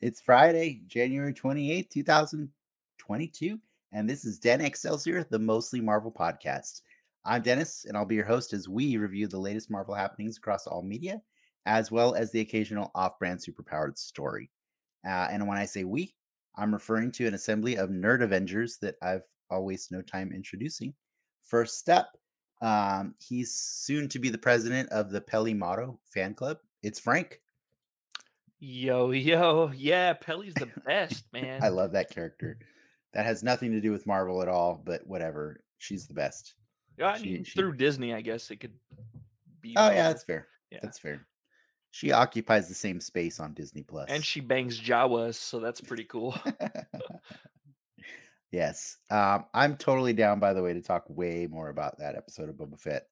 It's Friday, January 28th, 2022, and this is Den Excelsior, the mostly Marvel podcast. I'm Dennis, and I'll be your host as we review the latest Marvel happenings across all media, as well as the occasional off brand superpowered story. Uh, and when I say we, I'm referring to an assembly of nerd Avengers that I've always no time introducing. First up, um, he's soon to be the president of the Pelimoto fan club. It's Frank. Yo, yo, yeah, Pelly's the best, man. I love that character. That has nothing to do with Marvel at all, but whatever. She's the best. Yeah, I she- mean, she- through Disney, I guess it could be. Oh yeah, Marvel. that's fair. Yeah. That's fair. She occupies the same space on Disney Plus. and she bangs Jawas, so that's pretty cool. Uh, yes, um, I'm totally down. By the way, to talk way more about that episode of Boba Fett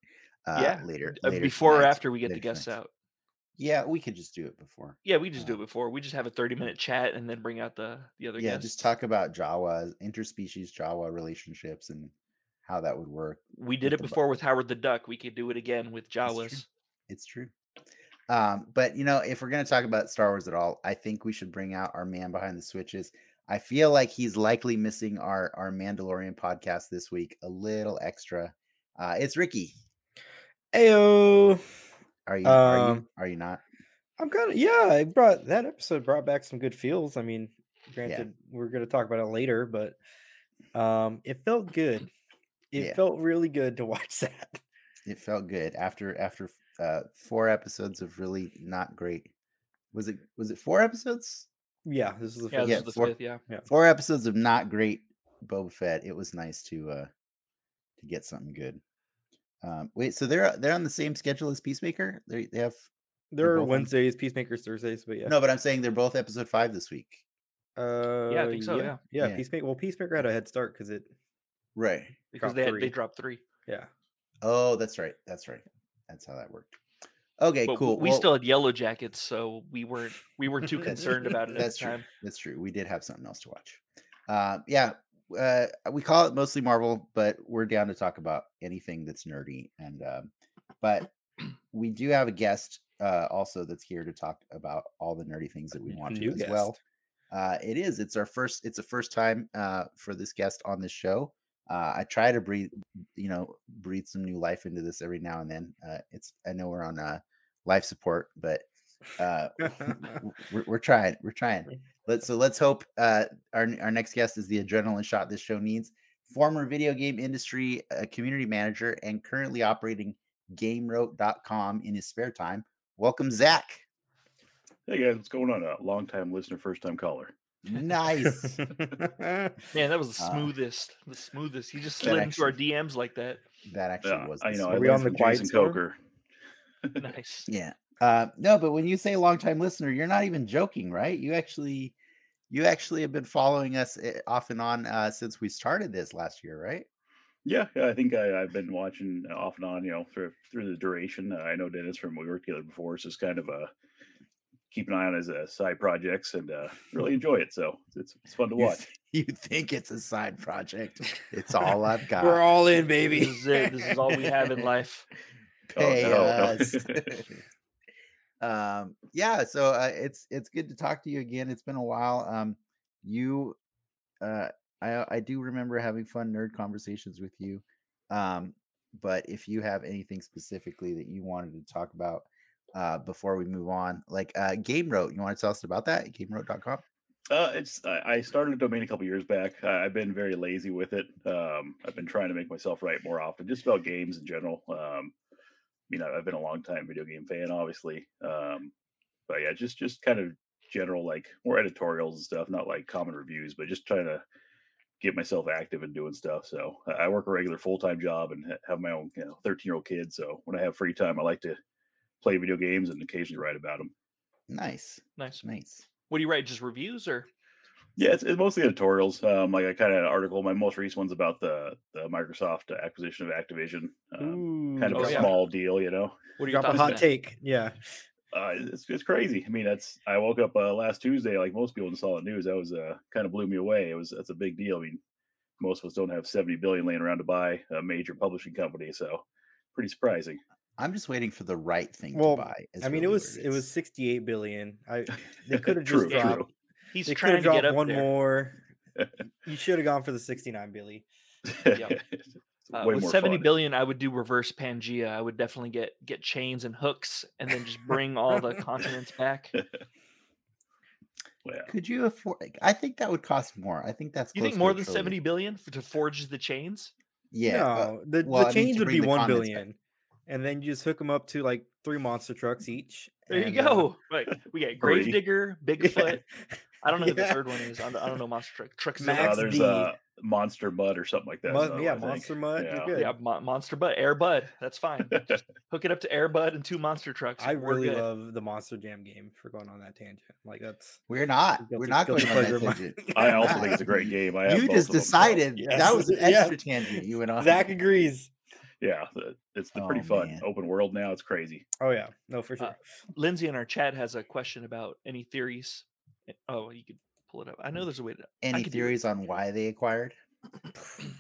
uh, Yeah, later, Uh, later before or tonight, after we get the later guests tonight. out. Yeah, we could just do it before. Yeah, we just do Uh, it before. We just have a thirty-minute chat and then bring out the the other yeah, guests. just talk about Jawa interspecies Jawa relationships and how that would work. We with did it the bu- before with Howard the Duck. We could do it again with That's true. Jawas. It's true. Um, but you know, if we're gonna talk about Star Wars at all, I think we should bring out our man behind the switches. I feel like he's likely missing our our Mandalorian podcast this week a little extra. Uh, it's Ricky. Ayo. Are you? are you? Um, Are you not? I'm kind of yeah. It brought that episode brought back some good feels. I mean, granted, we're gonna talk about it later, but um, it felt good. It Yeah. felt really good to watch that. It felt good after after uh, four episodes of really not great. Was it? Was it four episodes? Yeah, this is the Yeah, this first Yeah, is the for- fifth. Yeah, Four episodes of not great Boba Fett. It was nice to uh to get something good. Um, wait, so they're they're on the same schedule as Peacemaker? They they have There both are on- Wednesdays, Peacemakers, Thursdays, but yeah. No, but I'm saying they're both episode five this week. Uh, Yeah, I think so, Yeah, yeah, yeah. Peacemaker. Well, Peacemaker had a head start because it. Right. because Drop they had, three. they dropped three. Yeah. Oh, that's right. That's right. That's how that worked. Okay, but cool. We Well, still had Yellow Jackets, so we weren't we weren't too concerned about it at that's the true. time. That's true. We did have something else to watch. Uh, yeah, uh, we call it mostly Marvel, but we're down to talk about anything that's nerdy. And um, but we do have a guest uh, also that's here to talk about all the nerdy things that we want to New as guest. well. Uh, it is. It's our first. It's a first time uh, for this guest on this show. Uh, I try to breathe, you know, breathe some new life into this every now and then. Uh, it's. I know we're on uh, life support, but uh, we're, we're trying. We're trying. Let's. So let's hope uh, our n- our next guest is the adrenaline shot this show needs. Former video game industry uh, community manager and currently operating GameRote.com in his spare time. Welcome, Zach. Hey guys, what's going on? A long time listener, first time caller. Nice. Man, that was the Uh, smoothest. the smoothest. He just that slid into our actually- DMs like that. that actually Yeah, was. I the know. smoothest. I Are we learned on the from quiet Jason storm? Coker. Nice. Yeah. Uh, no, but when you say longtime listener, you're not even joking, right? You actually, you actually have been following us eh, off and on uh, since we started this last year, right? Yeah, yeah, I think I, I've been watching off and on, you know, through through the duration. Uh, I know Dennis from we worked together before, so it's kind of a keep an eye on his uh, side projects and uh, really enjoy it. So it's it's fun to You watch. th- You, think it's a side project? It's all I've got. We're all in, baby. This is it. This is all we have in life. Pay no, no. us. um, yeah. So uh, it's it's good to talk to you again. It's been a while. Um, you, uh, I I do remember having fun nerd conversations with you. Um, but if you have anything specifically that you wanted to talk about uh, before we move on, like uh, Game Road, you want to tell us about that? GameRoad.com. Uh, it's I, I started a domain a couple years back. I, I've been very lazy with it. Um, I've been trying to make myself write more often, just about games in general. Um, you know, I've been a long time video game fan, obviously. Um, but yeah, just just kind of general, like more editorials and stuff, not like common reviews, but just trying to get myself active and doing stuff. So I- I work a regular full time job and ha- have my own you know, 13 year old kid. So when I have free time, I like to play video games and occasionally write about them. Nice, Nice. nice. What do you write? Just reviews or Yeah, it's, it's mostly editorials. Um, like I kind of had an article. My most recent one's about the the Microsoft acquisition of Activision. Um, kind of Oh, a yeah. small deal, you know. what are your Drop thoughts a hot on that? take. Yeah. Uh, it's it's crazy. I mean, that's I woke up uh, last Tuesday, like most people, and saw the news. That was uh, kind of blew me away. It was that's a big deal. I mean, most of us don't have seventy billion laying around to buy a major publishing company, so pretty surprising. I'm just waiting for the right thing Well, to buy. is I mean, really it where was it is. was 68 billion. I they could have just True, dropped. true. He's they could trying have to get dropped up one there. more. you should have gone for the 69, Billy. Yep. It's Uh, way with more seventy fun. billion, I would do reverse Pangea. I would definitely get get chains and hooks, and then just bring all the continents back. Well, Could you afford? I think that would cost more. I think that's. You close think to more a than trillion. seventy billion for, to forge the chains? Yeah. uh, no, the, well, I the mean, chains to would bring be the 1 condiments billion. And then you just hook them up to like three monster trucks each. There and, you uh, go. Right, we got Three. Gravedigger, yeah. Bigfoot. I don't know who the Yeah. third one is. I don't, I don't know Monster Truck. Truck uh, Max there's B. uh, Monster Mud or something like that. Mud- another yeah, one, I think. Monster Mud, you're Yeah. good. Yeah, Mon- Monster Bud, Air Bud. That's fine. Just hook it up to Air Bud and two Monster Trucks. I and we're really good. love the Monster Jam game for going on that tangent. Like that's We're not. We're guilty- not going on guilty pleasure that of mine. tangent. I also think it's a great game. I have You both just of them, so- decided that Yes. was an Yeah. extra tangent you went on. Zach agrees. Yeah, the- it's the pretty Oh, fun man. open world now. It's crazy. Oh yeah, no for sure. Uh, Lindsay in our chat has a question about any theories. Eh, Oh, you could pull it up. I know there's a way to. Any could do it. theories on why they acquired?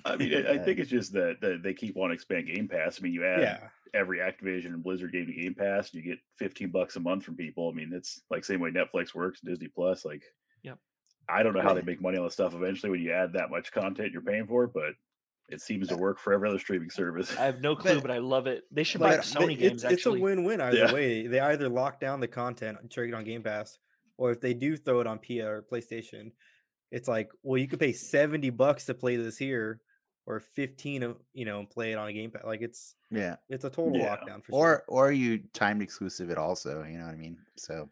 I mean, I, I Uh, think it's just that that they keep on expand Game Pass. I mean, you add yeah, every Activision and Blizzard game to Game Pass, you get 15 bucks a month from people. I mean, it's like same way Netflix works, Disney Plus. Like, Yep. I don't know how they Right. make money on this stuff eventually when you add that much content you're paying for, but it seems to work for every other streaming service. I have no clue, But- but, I love it. They should but- make But Sony it's, games. It's a actually, win-win either Yeah. way. They either lock down the content and trade it on Game Pass, or if they do throw it on PIA or PlayStation, it's like, well, you could pay seventy bucks to play this here, or fifteen, of you know, and play it on a Game Pass. Like it's Yeah. it's a total Yeah. lockdown for Or or you timed exclusive it also. You know what I mean? So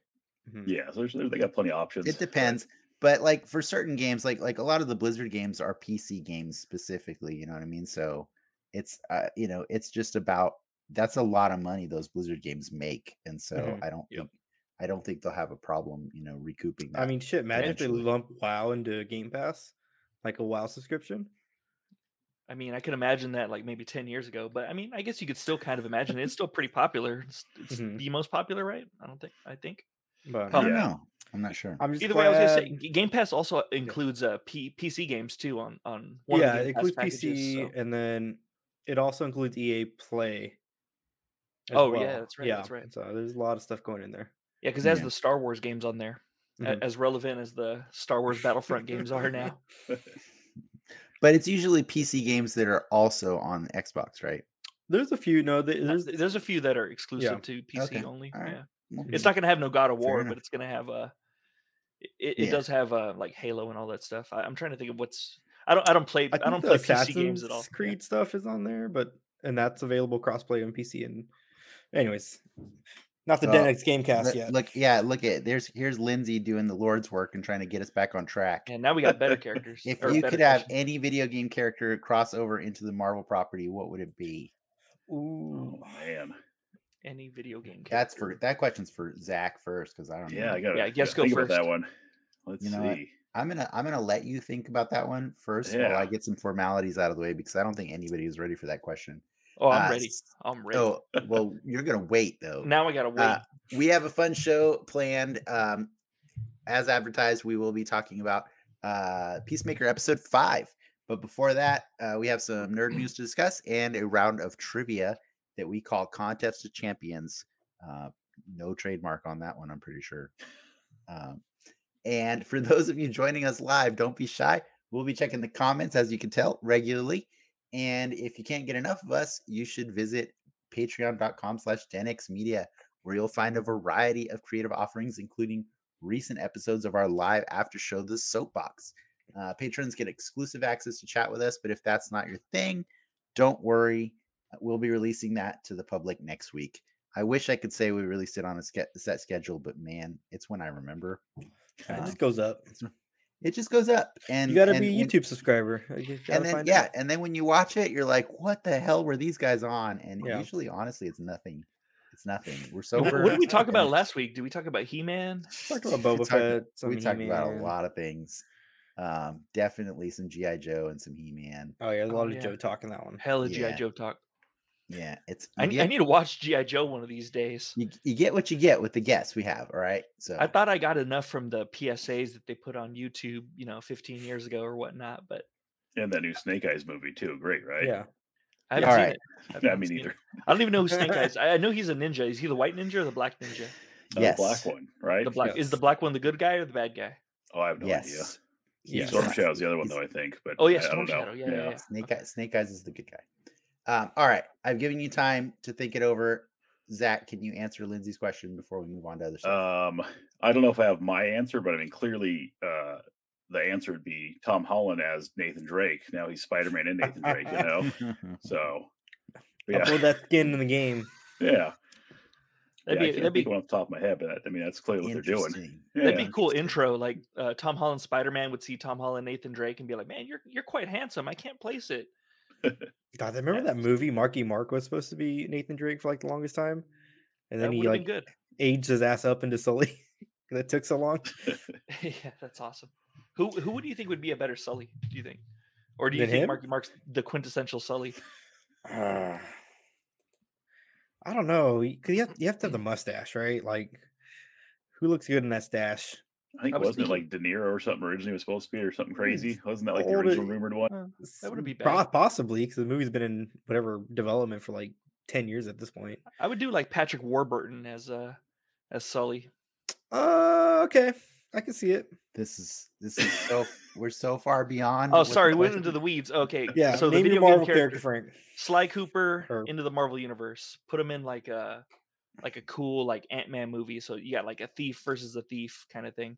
sure. Mhm. yeah, so there's, there's- they got plenty of options. it depends. But like for certain games, like like a lot of the Blizzard games are PC games specifically. You know what I mean? So it's uh, you know it's just about that's a lot of money those Blizzard games make, and so Mhm. I don't Yep. think I don't think they'll have a problem you know recouping that. I mean, shit. Imagine if they Eventually. lump WoW into Game Pass, like a WoW subscription. I mean, I could imagine that like maybe ten years ago, but I mean, I guess you could still kind of imagine it. It's still pretty popular. It's, it's Mhm. the most popular, right? I don't think. I think. But I don't yeah. know. I'm not sure. I'm just Either way, I was gonna say glad- G- Game Pass also includes uh P- PC games too on on one yeah, of it the Game includes Pass packages, PC, so- and then it also includes EA Play. as Oh, yeah, that's right, Yeah, that's right. So there's a lot of stuff going in there. Yeah, because as Yeah. the Star Wars games on there, a- Mhm. as relevant as the Star Wars Battlefront games are now. But it's usually PC games that are also on Xbox, right? There's a few. No, th- Uh, there's th- There's a few that are exclusive Yeah. to PC Okay, only. all right. Yeah. Well, It's not going to have no God of Fair War, enough. but it's going to have uh, it, it Yeah. does have uh, like Halo and all that stuff. I, I'm trying to think of what's I don't I don't play I, think don't the play PC games at all. Assassin's Creed stuff is on there, but and that's available crossplay on PC. And anyways, not the Uh, Denex GameCast Look, yet. look, yeah, look at there's here's Lindsay doing the Lord's work and trying to get us back on track. Yeah. And now we got better characters. If or you better could have questions. any video game character cross over into the Marvel property, what would it be? Ooh, Oh, man. any video game, character. That's for that question's for Zach first because Oh, I don't Yeah, know. I got Yeah, I guess go think about that first. one. Let's You know what? see. I'm gonna I'm gonna let you think about that one first while I Yeah. get some formalities out of the way because I don't think anybody is ready for that question. Oh, I'm Uh, ready. I'm ready. So well, you're gonna wait though. now I got to wait. Uh, we have a fun show planned. Um, as advertised, we will be talking about uh, Peacemaker episode five. But before that, uh, we have some nerd news to discuss and a round of trivia that we call Contest of Champions. Uh, no trademark on that one, I'm pretty sure. Um, and for those of you joining us live, don't be shy. We'll be checking the comments, as you can tell, regularly. And if you can't get enough of us, you should visit patreon.com slash denxmedia where you'll find a variety of creative offerings, including recent episodes of our live after show, The Soapbox. Uh, patrons get exclusive access to chat with us, but if that's not your thing, don't worry. uh, We'll be releasing that to the public next week. I wish I could say we released it on a ske- set schedule, but man, it's when I remember. it uh Um, just goes up. it just goes up, and You got to and- be a and- YouTube subscriber. I guess you gotta and then find yeah, out. and then when you watch it, you're like, "What the hell were these guys on?" And Yeah. usually, honestly, it's nothing. It's nothing. We're Wh- sober. what did we talk and about it's- last week? Did we talk about He-Man? Talked about Boba It's hard to- Fett. some we talked about a He-Man. lot of things. Um, definitely some GI Joe and some He Man. Oh yeah, a Oh, lot of yeah. Joe talk in that one. Hella GI Yeah. Joe talk. Yeah, it's you, I, get, I need to watch GI Joe one of these days. you, you get what you get with the guests we have. All right, so I thought I got enough from the PSAs that they put on YouTube, you know, 15 years ago or whatnot, but And that new Snake Eyes movie, too. Great, right? Yeah. I haven't All seen right. it. I've I not mean, seen it. either. I don't even know who Snake Eyes. I I know he's a ninja. Is he the white ninja or the black ninja? Uh, The Yes. black one, right? The black is the Yes. black one the good guy or the bad guy? Oh, I have no idea. yes. Yes. Storm Shadow Shadow's the other one though, I think. But Oh yeah, I- I, Storm don't know. Shadow. Yeah, yeah. yeah. Snake Eyes, Snake Eyes is the good guy. Um, all right, I've given you time to think it over. Zach, can you answer Lindsay's question before we move on to other stuff? Um, I don't know if I have my answer, but I mean, clearly, uh, the answer would be Tom Holland as Nathan Drake. Now he's Spider Man and Nathan Drake, you Uh, know. oh. So, but I yeah, pulled that skin in the game. yeah, That'd yeah, I be can't that'd think be of one off the top of my head, but that- I mean, that's clearly what they're doing. Interesting. Yeah. that'd be cool intro. Like uh, Tom Holland Spider Man would see Tom Holland Nathan Drake and be like, "Man, you're you're quite handsome. I can't place it." God, I remember that movie Marky Mark was supposed to be Nathan Drake for like the longest time, and That then would he have been like good. aged his ass up into Sully. that took so long. yeah, that's awesome. Who who do you think would be a better Sully? Do you think, or do you Than think him? Marky Mark's the quintessential Sully? Uh, I don't know. y- 'cause You have, you have to have the mustache, right? Like, who looks good in that stache? I think I was wasn't it thinking- like De Niro or something originally was supposed to be, or something crazy? Wasn't that like the older- original rumored one? Oh. That wouldn't be S- po- bad. Possibly, because the movie's been in whatever development for like 10 years at this point. I would do like Patrick Warburton as uh as Sully. Uh, okay. I can see it. This is this is so we're so far beyond. Oh, what the sorry, we went question- into the weeds. Okay, Yeah. So the name video your game Marvel character, character, Frank. Sly Cooper Or- into the Marvel universe. Put him in like a like a cool like Ant Man movie. So you got like a thief versus a thief kind of thing.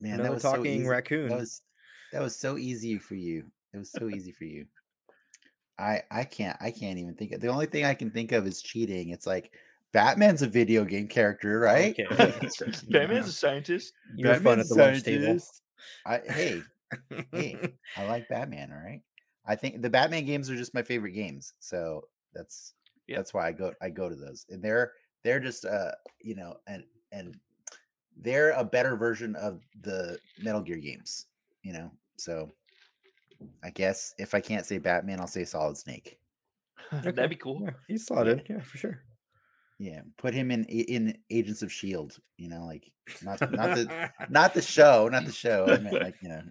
man. That Another was so talking easy. raccoon. That was that was so easy for you. It was so easy for you. I I can't I can't even think. Of, the only thing I can think of is cheating. It's like Batman's a video game character, right? Okay. Batman's a scientist. You were fun at Batman's the a lunch table. scientist. I, hey, Hey. I like Batman. All right, I think the Batman games are just my favorite games, so that's Yeah. that's why I go I go to those, and they're they're just uh you know and and they're a better version of the Metal Gear games, you know. So I guess if I can't say Batman, I'll say Solid Snake. Okay. That'd be cool. Yeah, he's slotted. Yeah, for sure. Yeah, put him in in Agents of Shield. E You know, like not not the not the show, not the show. I meant like you know,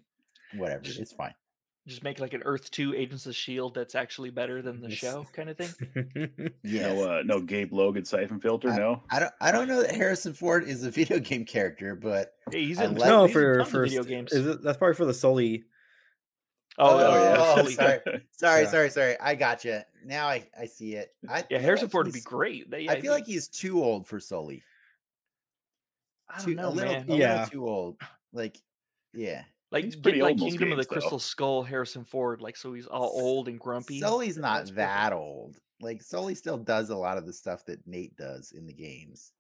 whatever. It's fine. Just make like an Earth Two Agents of Shield E that's actually better than the Yes. show kind of thing. Yeah. No, uh, no Gabe Logan siphon filter. no, I don't I don't know that Harrison Ford is a video game character, but Hey, he's I in like- tons- no, he's in for tons of for video s- games. Is it, that's probably for the Sully. Oh, that Oh, was- yeah. Sully. sorry. sorry, Yeah. sorry, sorry. I gotcha. Now I I see it. I Yeah, feel Harrison like Ford would be he's- great. They- I feel like he's too old for Sully. I Too, don't a know, little, man. a Yeah. little too old. Like, yeah. Like He's get, pretty like old in those Kingdom of the games, though. Crystal Skull, Harrison Ford, like so he's all S- old and grumpy. Sully's That not sounds perfect. that old. Like Sully still does a lot of the stuff that Nate does in the games.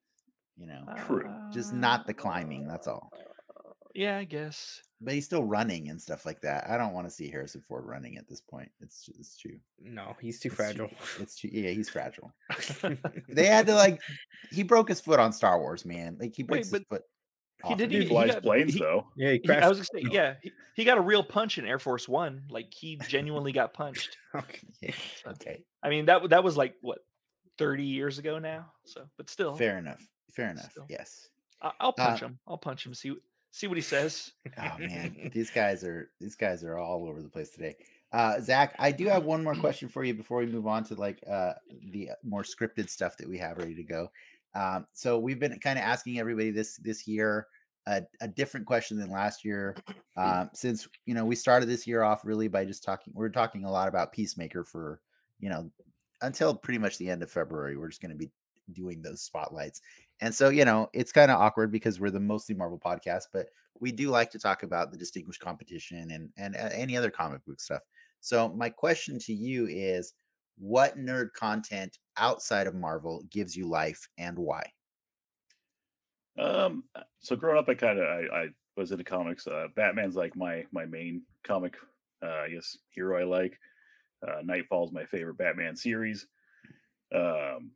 You know, True. Just not the climbing, that's all. Uh, Ah. Yeah, I guess. but he's still running and stuff like that. I don't want to see Harrison Ford running at this point. It's it's too No, he's too it's fragile. It's too yeah, he's fragile. he They had to like he broke his foot on Star Wars, man. Like he breaks his but foot. did often. he he flies got- planes he- though. yeah, he crashed. I was gonna say, yeah, he, he got a real punch in Air Force One. Like he genuinely got punched. Yeah, okay. I mean that w- that was like what thirty years ago now. So, but still, Fair enough. Fair enough. Still. Yes. I, I'll punch Uh, him. I'll punch him. See w- see what he says. Oh man, these guys are these guys are all over the place today. Uh, Zach, I do have one more question for you before we move on to like uh, the more scripted stuff that we have ready to go. Um, so we've been kind of asking everybody this this year a, a different question than last year, um, since you know we started this year off really by just talking. We're talking a lot about Peacemaker for you know until pretty much the end of February. We're just going to be doing those spotlights, and so you know it's kind of awkward because we're the mostly Marvel podcast, but we do like to talk about the distinguished competition and and uh, any other comic book stuff. So my question to you is what nerd content outside of Marvel gives you life and why? Um, uh, so growing up, I kind of I, I was into comics. Uh, Batman's like my my main comic, uh, I guess hero I like. Uh, Nightfall's my favorite Batman series. Um,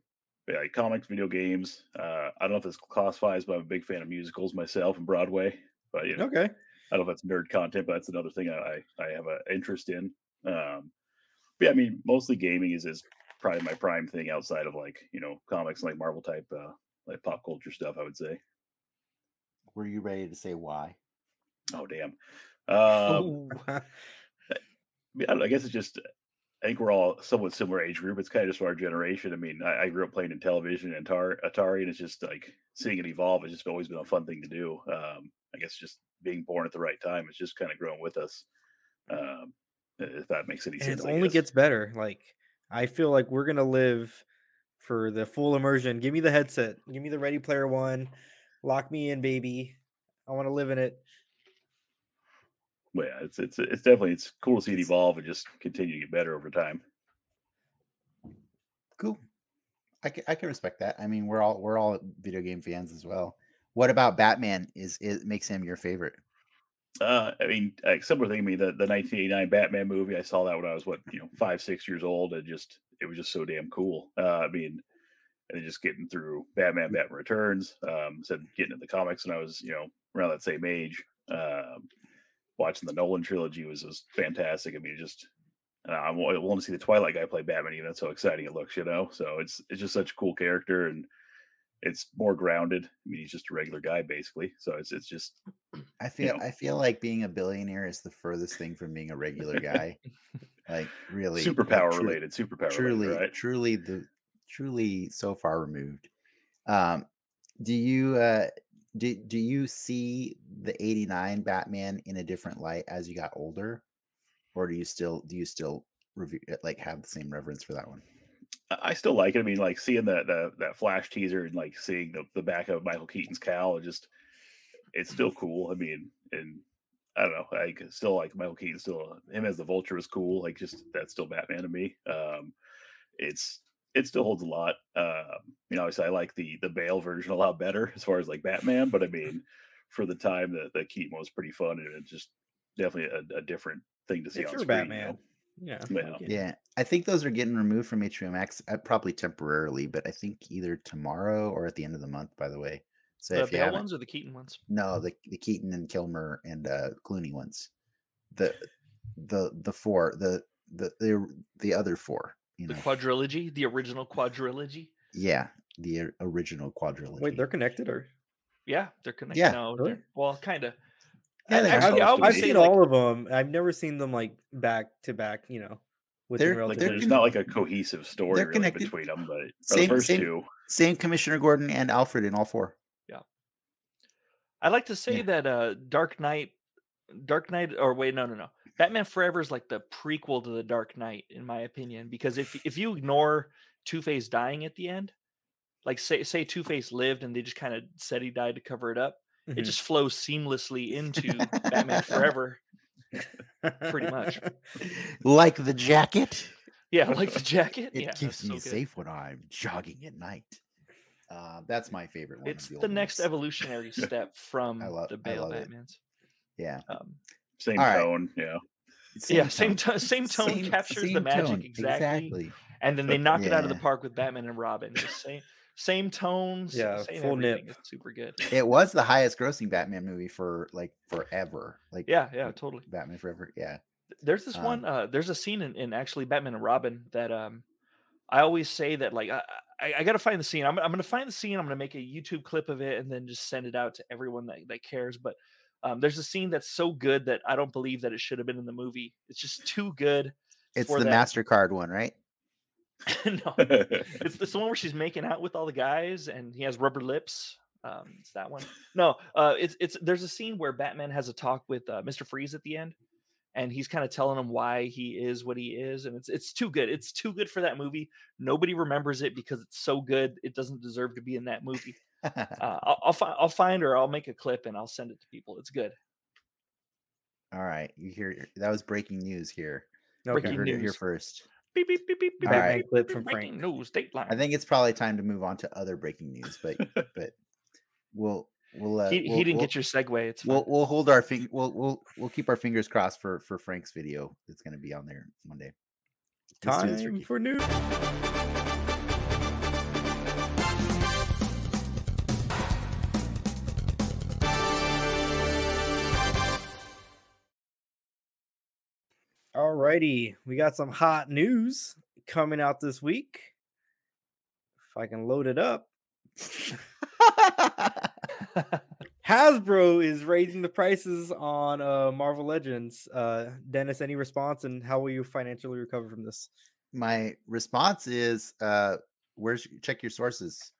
but yeah, like comics, video games. Uh, I don't know if this classifies, but I'm a big fan of musicals myself and Broadway. But you know, okay. I don't know if that's nerd content, but that's another thing I I I have an interest in. Um, but yeah, I mean, mostly gaming is is probably my prime thing outside of like you know comics and like Marvel type uh, like pop culture stuff. I would say. Were you ready to say why? Oh damn. Uh, Um, Ooh. I mean, I, don't know, I guess it's just uh, I think we're all somewhat similar age group. It's kind of just our generation. I mean, I, I grew up playing in television and Atari, Atari, and it's just like seeing it evolve. It's just always been a fun thing to do. Um, I guess just being born at the right time. It's just kind of grown with us. Um, if that makes any and sense, it I only guess. gets better. Like I feel like we're gonna live for the full immersion. Give me the headset. Give me the Ready Player One. Lock me in, baby. I want to live in it. Well, yeah, it's it's it's definitely it's cool to see it evolve and just continue to get better over time. Cool. I can, I can respect that. I mean, we're all we're all video game fans as well. What about Batman? Is it makes him your favorite? Uh, I mean, like similar thing. I mean, the, the 1989 Batman movie. I saw that when I was what you know five six years old, and just it was just so damn cool. Uh, I mean, and just getting through Batman, Batman Returns, um, said getting into the comics when I was you know around that same age. Um, watching the Nolan trilogy was was fantastic. I mean, it just and I want to see the Twilight guy play Batman. Even that's how exciting it looks, you know. So it's it's just such a cool character, and it's more grounded. I mean, he's just a regular guy basically. So it's it's just I feel know. I feel like being a billionaire is the furthest thing from being a regular guy. like really like, superpower tru- related, superpower Truly, related, right? truly the truly so far removed. Um, do you uh do, do you see the 89 Batman in a different light as you got older? Or do you still do you still review uh, like have the same reverence for that one? I I still like it. I mean, like seeing that that that flash teaser and like seeing the, the back of Michael Keaton's cowl, it just it's still cool. I mean, and I don't know, like still like Michael Keaton, still him as the Vulture is cool. Like just that's still Batman to me. Um, it's it still holds a lot. Um, you know, obviously I like the the Bale version a lot better as far as like Batman, but I mean, for the time the the Keaton was pretty fun and it's just definitely a, a different thing to see If on you're screen. you Batman, know? yeah. Well, like it. Yeah, I think those are getting removed from HBO Max, uh, probably temporarily, but I think either tomorrow or at the end of the month. By the way, so The if you Bell haven't, ones or the Keaton ones? no, the the Keaton and Kilmer and uh, Clooney ones, the the the four, the the the the other four, you The know, quadrilogy, the original quadrilogy. yeah, the or- original quadrilogy. Wait, they're connected, or Yeah, they're connected. Yeah, No, really? they're, well, kind of. Yeah, they are. actually, I I've- would I've say seen it's like- all of them. I've never seen them like back to back. You know, with They're- like they're there's con- not like a cohesive story they're really connected. between them, but or Same- the first same- two. Same Commissioner Gordon and Alfred in all four. I like to say Yeah. that uh Dark Knight Dark Knight or wait, no, no, no. Batman Forever is like the prequel to the Dark Knight, in my opinion, because if if you ignore Two Face dying at the end, like say say Two Face lived and they just kind of said he died to cover it up, Mm-hmm. it just flows seamlessly into Batman Forever. pretty much. like the jacket. Yeah, like the jacket. It yeah, keeps that's me so good. safe when I'm jogging at night. Uh, that's my favorite one. of It's the, the, old next ones. evolutionary step from love- I the Bale love it. Batmans. Yeah. Um, Same All right. tone, yeah. yeah, same tone, same tone Same- captures the same magic tone, exactly. and then they knock it out of the Yeah. park with Batman and Robin. Just same same tones. Yeah, same full nip. everything. It's super good. It was the highest grossing Batman movie for like forever. Like Yeah, yeah, totally. Batman Forever. Yeah. There's this one. Uh, there's a scene in, in actually Batman and Robin that um, I always say that like I I, I got to find the scene. I'm I'm gonna find the scene. I'm gonna make a YouTube clip of it and then just send it out to everyone that, that cares. But um, there's a scene that's so good that I don't believe that it should have been in the movie. It's just too good. It's for the that. MasterCard one, right? no, it's, it's the one where she's making out with all the guys and he has rubber lips. Um, it's that one. No, uh, it's it's there's a scene where Batman has a talk with uh, Mister Freeze at the end, and he's kind of telling him why he is what he is, and it's it's too good. It's too good for that movie. Nobody remembers it because it's so good. It doesn't deserve to be in that movie. Uh, I'll I'll, fi- I'll find her. I'll make a clip and I'll send it to people. It's good. All right. You hear that was breaking news here. You Breaking heard it here news. first. Beep beep beep beep beep. All right. beep, Clip beep, from breaking Frank. news. Dateline. I think it's probably time to move on to other breaking news, but but we'll we'll uh, he, we'll, he didn't we'll, get your segue. It's fine. We'll we'll hold our fing- we'll we'll we'll keep our fingers crossed for for Frank's video that's going to be on there one day. Let's do this, Time Ricky. for news. Alrighty, we got some hot news coming out this week. If I can load it up, Hasbro is raising the prices on uh, Marvel Legends. Uh, Dennis, any response and how will you financially recover from this? my response is uh where's check your sources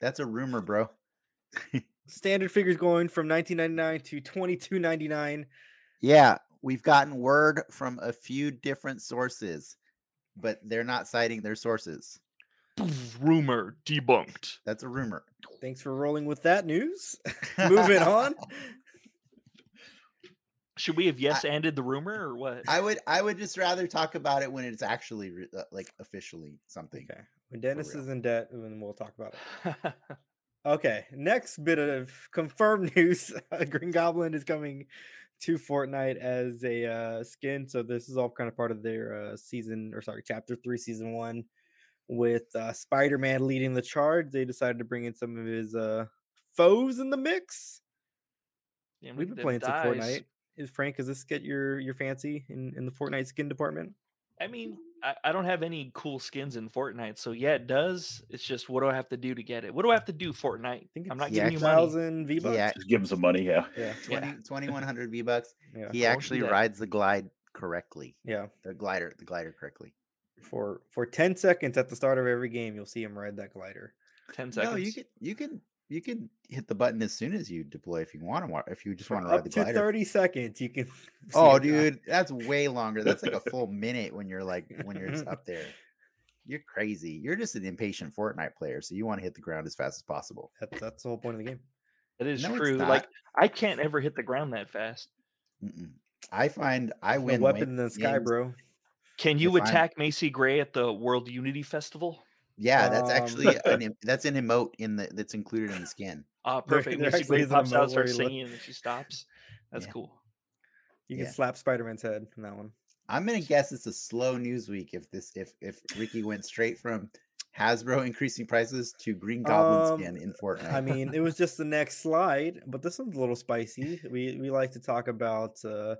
that's a rumor bro Standard figures going from 19.99 to 22.99. Yeah, we've gotten word from a few different sources, but they're not citing their sources. Rumor debunked. That's a rumor. Thanks for rolling with that news. Moving on. Should we have yes ended the rumor or what? I would I would just rather talk about it when it's actually re- uh, like officially something. Okay. When Dennis real. is in debt, then we'll talk about it. Okay, next bit of confirmed news: uh, Green Goblin is coming to Fortnite as a uh, skin. So this is all kind of part of their uh, season, or sorry, chapter three, season one, with uh, Spider-Man leading the charge. They decided to bring in some of his uh, foes in the mix. Damn, We've look been at playing them some thighs. Fortnite. Is Frank? Does this get your your fancy in in the Fortnite skin department? I mean, I, I don't have any cool skins in Fortnite, so yeah, it does. It's just what do I have to do to get it? What do I have to do, Fortnite? think I'm it's not Yeah, giving you money. Thousand V bucks. Yeah. Just give him some money. Yeah. yeah, 20, Yeah. 2100 V-bucks. yeah, He I won't do actually that. rides the glide correctly. yeah. The glider, the glider correctly. For for ten seconds at the start of every game, you'll see him ride that glider. Ten seconds. No, you can you can you can hit the button as soon as you deploy if you want to if you just For want to ride up the to glider. 30 seconds you can see Oh, it die. dude, that's way longer. That's like a full minute when you're like when you're just up there. You're crazy. You're just an impatient Fortnite player, so you want to hit the ground as fast as possible. that's, that's the whole point of the game That is No, it's true. not. Like I can't ever hit the ground that fast. Mm-mm. I find I No win. weapon win in the sky games- bro Can you If I'm- attack Macy Gray at the World Unity Festival? Yeah, that's Um, actually an, em- that's an emote in the that's included in the skin. Ah, There- perfect. there Macy actually Gray is a pops out, moment where starts he look- singing, and then she stops. That's Yeah. cool. you Yeah. can slap spider-man's head in that one I'm gonna guess it's a slow news week if this if if Ricky went straight from Hasbro increasing prices to Green Goblin Um, skin in Fortnite. i mean it was just the next slide but this one's a little spicy we we like to talk about uh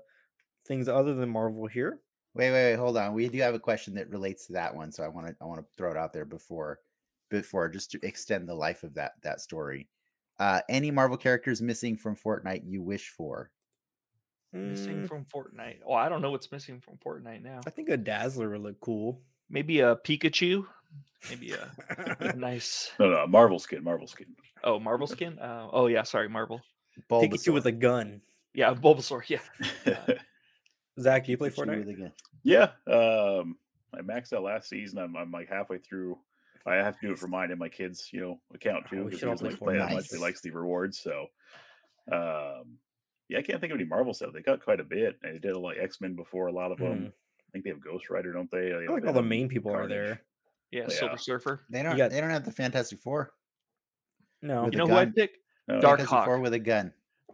things other than marvel here Wait, wait, wait, hold on. We do have a question that relates to that one, so I want to I want to throw it out there before before just to extend the life of that that story. Uh any Marvel characters missing from Fortnite you wish for? Missing Mm, from Fortnite. Oh, I don't know what's missing from Fortnite now. i think a dazzler would look cool Maybe a Pikachu. Maybe a, a nice. No, no, Marvel skin, Marvel skin. Oh, Marvel skin. Uh, oh yeah, sorry, Marvel. Pikachu Bulbasaur. with a gun Yeah, Bulbasaur. Yeah. Uh, zach do you play Pikachu fortnite with a gun. yeah. Um, I maxed out last season. I'm, I'm like halfway through. I have to do it for mine and my kids, you know, account Oh, too. we because should all he doesn't play play that Fortnite. much. He likes the rewards. So, um, yeah, I can't think of any Marvel stuff. They got quite a bit. They did like X Men before. A lot of them. Hmm. I think they have Ghost Rider, don't they? i feel like all the main people are Carnage. there yeah, Yeah. Silver Surfer. They don't got- they don't have the Fantastic Four. no With You a know who I gun. pick? No, Dark Fantastic Four Hawk. with a gun.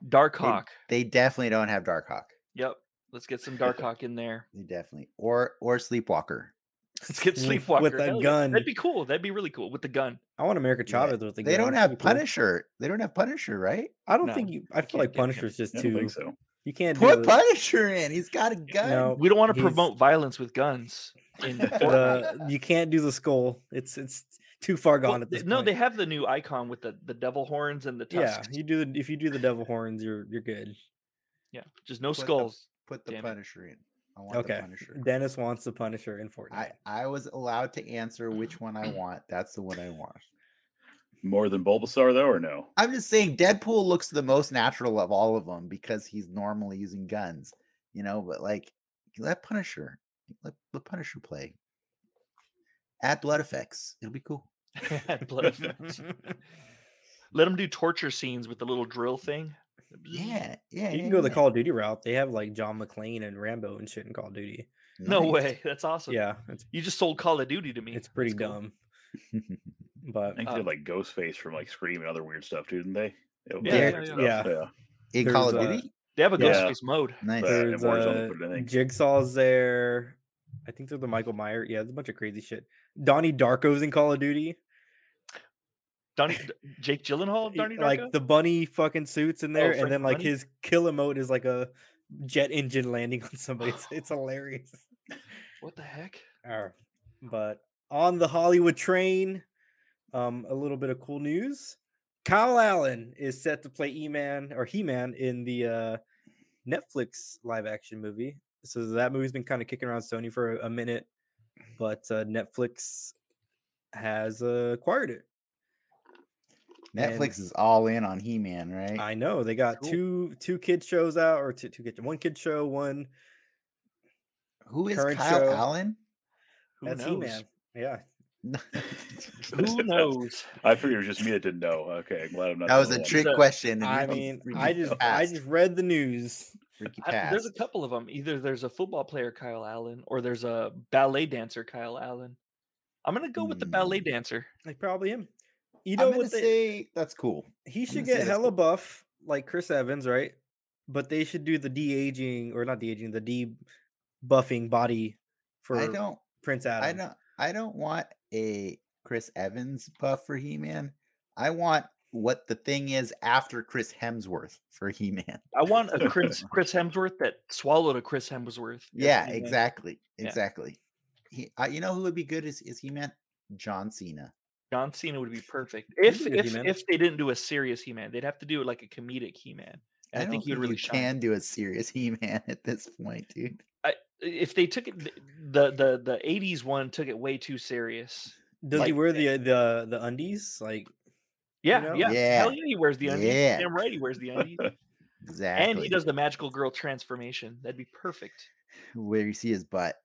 Dark They- Hawk. They definitely don't have Darkhawk. Yep. Let's get some Dark Hawk in there. They definitely or or Sleepwalker. Let's get With- with Sleepwalker a Hell yeah. gun. That'd be cool. That'd be really cool with the gun. i want america Yeah. chavez with a gun They don't have That'd be cool. Punisher. They don't have Punisher, right? I don't No, think you. I you feel can't like get him. Punisher's just I don't too. think so. You can't do Put the- Punisher in. He's got a gun. No, We don't want to Oh, he's- promote violence with guns. In Fortnite. the- you can't do the skull. It's it's too far Well, gone at they- this no, point. they have the new icon with the, the devil horns and the yeah. tusks. You do the, if you do the devil horns, you're you're good. Yeah, just no Put the- skulls. Put the Damn it. Punisher in. I want the Okay, Punisher. Dennis wants the Punisher in Fortnite. I, I was allowed to answer Mm-hmm. which one I want. That's the one I want. More than Bulbasaur though, or no? I'm just saying Deadpool looks the most natural of all of them because he's normally using guns, you know, but like let Punisher, let the Punisher play. Add blood effects. It'll be cool. Blood effects. Let them do torture scenes with the little drill thing. Yeah. Yeah. Mm-hmm. yeah, you can go the yeah. Call of Duty route. They have like John McClane and Rambo and shit in Call of Duty. No Nice. way. That's awesome. yeah, it's You just sold Call of Duty to me. it's pretty That's cool. dumb. But I think Uh, they did like Ghostface from like Scream and other weird stuff too, didn't they? It was Yeah, like yeah, weird yeah. stuff, Yeah. In Call of There's, uh, Duty? They have a Yeah. Ghostface mode. Nice. Uh, there's and Warzone uh, put it, I think. Jigsaw's there. I think there's the Michael Meyer. Yeah, there's a bunch of crazy shit. Donnie Darko's in Call of Duty. Donnie, D- Jake Gyllenhaal, y- Donnie Darko. E, like the bunny fucking suits in there, Frank and then the like Bunny? his killer mode is like a jet engine landing on somebody. It's, it's hilarious. what the heck? Arr, But on the Hollywood train, um, a little bit of cool news: Kyle Allen is set to play E Man or He Man in the uh, Netflix live action movie. So that movie's been kind of kicking around Sony for a, a minute, but uh, Netflix has uh, acquired it. Netflix is all in on He Man, right? I know they got Cool. two two kid shows out or two two kid one kid show one Who is current Kyle show. Allen? Who that's He knows? Man. Yeah, Who knows? I figured it was just me that didn't know. Okay, I'm glad I'm not. that the was a only one. trick So, question. and I you mean, freaking I just I passed. just read the news. Freaking I- there's a passed. couple of them. Either there's a football player Kyle Allen, or there's a ballet dancer Kyle Allen. I'm gonna go with the ballet Hmm. dancer. Like probably him. You I'm know gonna what? They, say that's cool. gonna he should say get that's hella cool. buff like Chris Evans, right? But they should do the de aging or not de aging, the de buffing body for I don't. Prince Adam. I don't. I don't want a Chris Evans buff for He Man. I want what the thing is after Chris Hemsworth for He Man. I want a Chris Chris Hemsworth that swallowed a Chris Hemsworth. Yeah, He-Man. exactly, Yeah. exactly. He, I, you know who would be good is is He Man? John Cena. John Cena would be perfect could if do if He-Man. if they didn't do a serious He Man. They'd have to do like a comedic He Man. And I, don't think he would really you shine. can do a serious He Man at this point, dude. If they took it, th- the the the '80s one took it way too serious. Does he like wear the the the undies? Like Yeah, know? yeah, Yeah, Hell yeah, he wears the undies. yeah. Damn right, he wears the undies, Exactly. and he does the magical girl transformation. That'd be perfect. where you see his butt.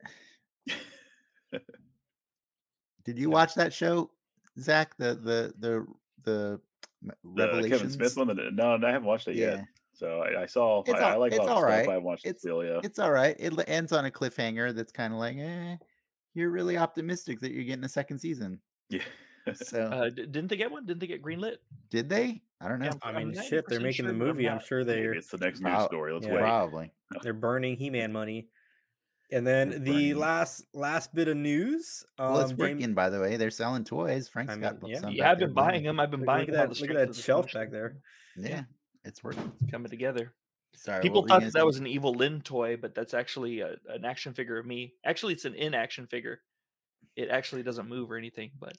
Did you watch that show, Zach? The the the the, m- The Kevin Revelations? Smith one. that- No, I haven't watched it yet. So I, I saw. It's I, I all- like it's all the all stuff. right. I haven't watched it uh, It's- still. Yeah. it's all right. It l- ends on a cliffhanger that's kind of like, eh, you're really optimistic that you're getting a second season. Yeah. So Uh, d- didn't they get one? Didn't they get greenlit? did they? I don't know. yeah, I I'm mean, shit, they're 90% making the sure, but I'm movie. I'm not- sure Maybe they're it's the next news Prob- story. Let's yeah. wait. Probably. they're burning He Man money. And They're then the burning. last last bit of news. Um, well, it's James- working, by the way. They're selling toys. Frank's mean, got bu- yeah. some. Yeah, back I've there been burning. buying them. I've been Look, buying look at them. on the that, look strength at of that the shelf promotion. back there. Yeah, it's working. It's coming together. Sorry. what People were you thought gonna that, that say? was an evil Lynn toy, but that's actually a, an action figure of me. Actually, it's an in-action figure. It actually doesn't move or anything, but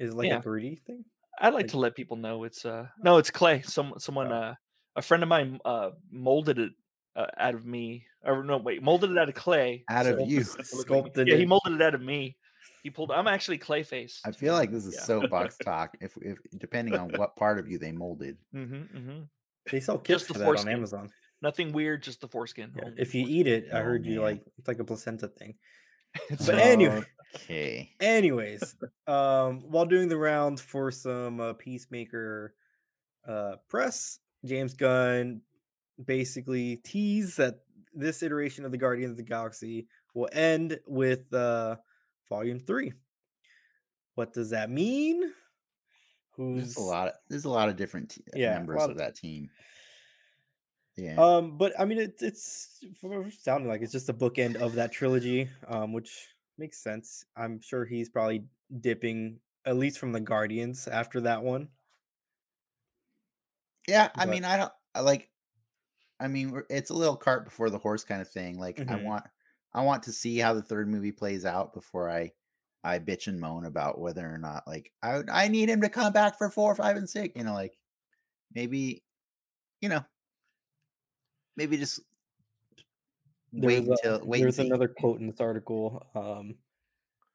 Is it like Yeah. a 3D thing? I like Like- to let people know it's uh no, it's clay. Some someone Oh. uh a friend of mine uh molded it uh, out of me. Or no, wait, molded it out of clay. Out of sculpted you. it to look like me. Sculpted Yeah, he it. molded it out of me. He pulled. I'm actually clay face. I feel like this is Yeah. soapbox talk. If, if depending on what part of you they molded, hmm hmm They sell Just kits the for that on foreskin. Amazon. Nothing weird, just the foreskin. Yeah, only the If you foreskin. eat it, I Oh, heard you man. like it's like a placenta thing. It's But like- anyway- okay. Anyways, um, while doing the rounds for some uh, Peacemaker uh, press, James Gunn basically teased that this iteration of the Guardians of the Galaxy will end with uh, Volume Three. What does that mean? Who's There's a lot. Of, there's a lot of different t- Yeah, a members lot of of- that team. Yeah. Um, but I mean, it, it's for- sounding like it's just a bookend of that trilogy, um, which makes sense. I'm sure he's probably dipping at least from the Guardians after that one. yeah. I but- mean, I don't I like. I mean, we're- it's a little cart before the horse kind of thing. Like, I Mhm. want, I want to see how the third movie plays out before I, I bitch and moan about whether or not like I I need him to come back for four, five, and six. You know, like maybe, you know, maybe just There wait was a- until wait. and There's see. another quote in this article. Um,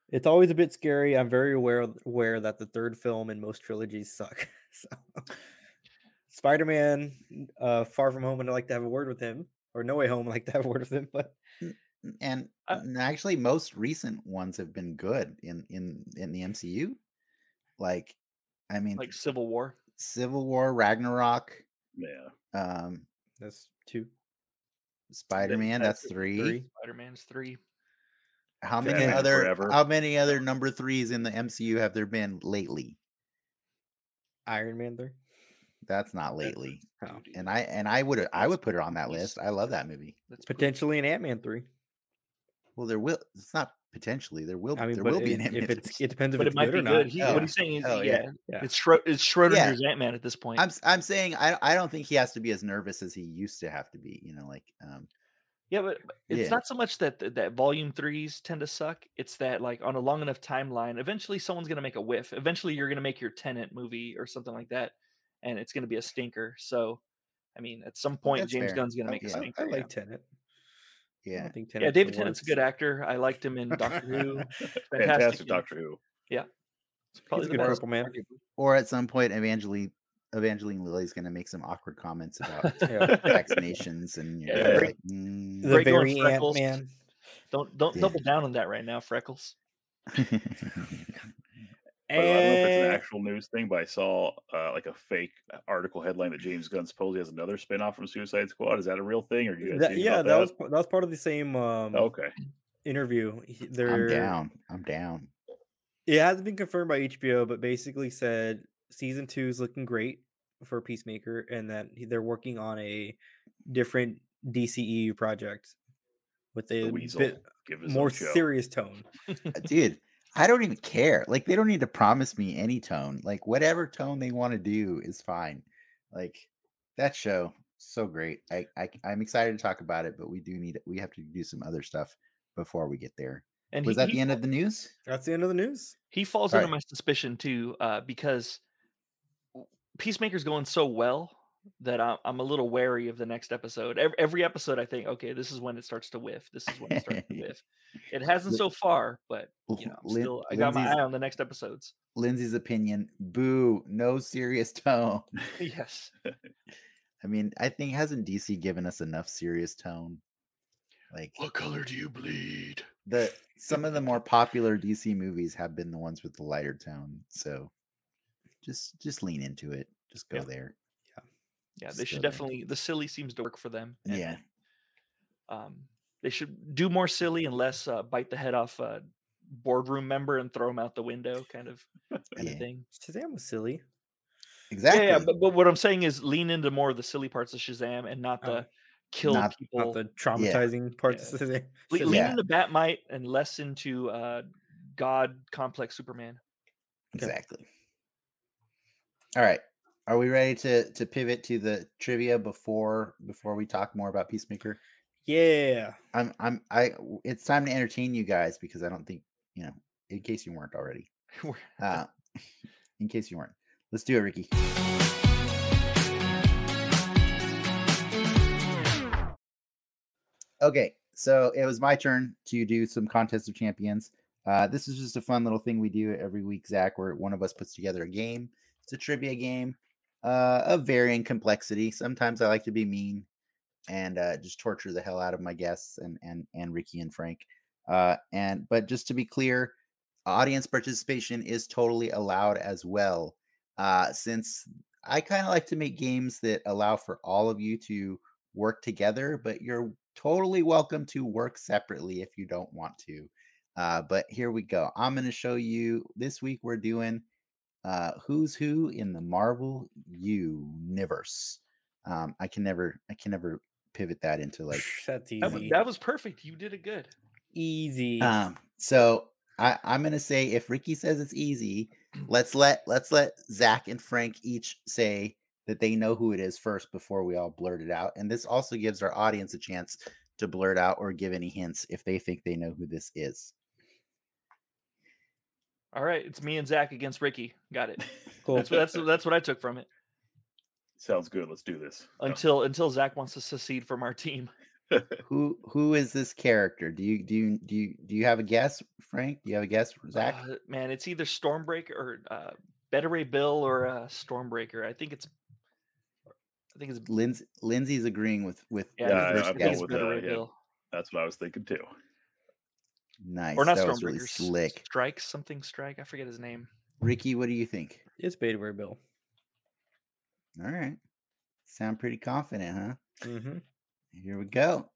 it's always a bit scary. I'm very aware aware that the third film in most trilogies suck. so, Spider-Man, uh, Far From Home, and I'd like to have a word with him, or No Way Home, I'd like to have a word with him, but. N- and Uh, n- actually most recent ones have been good in in in the MCU. Like I mean like Civil War. Civil War, Ragnarok, Yeah. um That's two. Spider-Man, that's that's 3. three. Spider Man's three. How many Batman other Forever. how many other number 3s in the MCU have there been lately? Iron Man there. That's not lately. Oh. Dude, And I and I would I That's would put it on that pretty list. I love that movie. that's pretty- Potentially an Ant Man three. Well, there will it's not potentially there will be I mean, there but will be an if, if Ant-Man it's it depends if But it it's might good be or not. good. He, Yeah. What he's saying is, Oh, yeah. yeah, Yeah. it's Schro- it's Schrodinger's Ant Man at this point. I'm s- I'm saying I I don't think he has to be as nervous as he used to have to be, you know, like um yeah, but but it's yeah. not so much that th- that volume threes tend to suck. It's that like on a long enough timeline, eventually someone's gonna make a whiff. Eventually, you're gonna make your Tenant movie or something like that, and it's gonna be a stinker. So, I mean, at some point, that's James fair. Gunn's gonna Oh, make a yeah. I, stinker. I yeah. like Tenet. I yeah. don't think yeah. Tenet's the David Tennant's a uh, worst. good actor. I liked him in Doctor Who. Fantastic, Fantastic, yeah. Doctor Who. It's probably a the good best. purple man. Or at some point, Evangeline Evangeline Lilly's going to make some awkward comments about vaccinations and you're gonna be Yeah. like, "Mm." The Great going, very ant Freckles. man. Don't don't Yeah. double down on that right now, Freckles. By the way, I don't know if it's an And actual news thing, but I saw uh, like a fake article headline that James Gunn supposedly has another spinoff from Suicide Squad. Is that a real thing? Or do you guys that, think yeah, about that was p- that was part of the same um, okay. interview. He- I'm They're- down. I'm down. It hasn't been confirmed by HBO, but basically said season two is looking great for Peacemaker, and that he- they're working on a different DCEU project with The a weasel. bit Give us more some show. serious tone. Uh, Dude, I don't even care. Like, they don't need to promise me any tone. Like, whatever tone they want to do is fine. Like, that show, so great. I, I I'm excited to talk about it, but we do need we have to do some other stuff before we get there. And Was he, that he the end of the news? That's the end of the news. he falls All under right. my suspicion too uh, because w- peacemaker's going so well that I- i'm a little wary of the next episode every, every episode i think okay this is when it starts to whiff this is when it starts to whiff it hasn't Li- so far but you know I'm Lin- still i got my Lindsay's- eye on the next episodes Lindsay's opinion. Boo, no serious tone. yes I mean, I think hasn't DC given us enough serious tone? Like color do you bleed the some of the more popular DC movies have been the ones with the lighter tone. So just just lean into it. Just go Yeah. there. yeah they should Silly. definitely the silly seems to work for them and, Yeah. um, they should do more silly and less uh, bite the head off a boardroom member and throw him out the window kind of kind Yeah. of thing Shazam was silly. Exactly. Yeah, yeah but, but what I'm saying is lean into more of the silly parts of Shazam and not Oh. the kill Not- not people. Not the traumatizing parts. of Shazam. Le- Shazam. lean Yeah. into Batmite and less into uh, God complex Superman. exactly. All right. Are we ready to to pivot to the trivia before before we talk more about Peacemaker? Yeah. I'm I'm I it's time to entertain you guys because I don't think, you know, in case you weren't already. We're- Uh, in case you weren't, let's do it, Ricky. Okay, so it was my turn to do some contest of champions. Uh, this is just a fun little thing we do every week, Zach, where one of us puts together a game. It's a trivia game uh, of varying complexity. Sometimes I like to be mean and uh, just torture the hell out of my guests and and and Ricky and Frank. Uh, and but just to be clear, audience participation is totally allowed as well. Uh, since I kind of like to make games that allow for all of you to work together, but you're totally welcome to work separately if you don't want to. Uh, but here we go. I'm going to show you this week we're doing uh, who's who in the Marvel universe. Um, I can never, I can never pivot that into like That's easy. that, was, that was perfect. You did it good. easy. um, so I, I'm gonna say if Ricky says it's easy, Mm. let's let let's let Zach and Frank each say that they know who it is first before we all blurt it out. And this also gives our audience a chance to blurt out or give any hints if they think they know who this is. All right, it's me and Zach against Ricky. Got it. cool. That's what, that's that's what I took from it. Sounds good. Let's do this. Oh. No. Until until Zach wants to secede from our team. Who who is this character? Do you do you do you do you have a guess, Frank? Do you have a guess, Zach? Uh, man, it's either Stormbreaker or uh, Better Ray Bill or uh, Stormbreaker. I think it's. I think it's. Lindsay Lindsay's agreeing with with Yeah, the Yeah, I think I- it's- first I I'm think guess. it's with, Better uh, Ray yeah. Bill. That's what I was thinking too. Nice. or not that Stormbreaker. was really s- slick. Strike something strike. I forget his name. Ricky, what do you think? it's Beta Ray Bill. All right. Sound pretty confident, huh? hmm Here we go.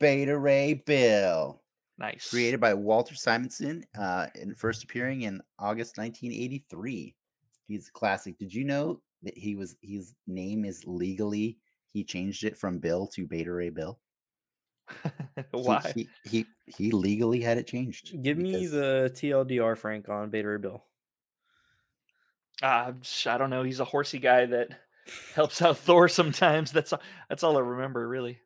Beta Ray Bill, Nice. created by Walter Simonson, uh, and first appearing in August 1983. He's a classic. Did you know that he was his name is legally he changed it from Bill to Beta Ray Bill? He- Why? He he, he, legally had it changed. Give me because- the TLDR, Frank, on Beta Ray Bill. Uh, sh- I don't know. He's a horsey guy that helps out Thor sometimes. That's all, that's all I remember really.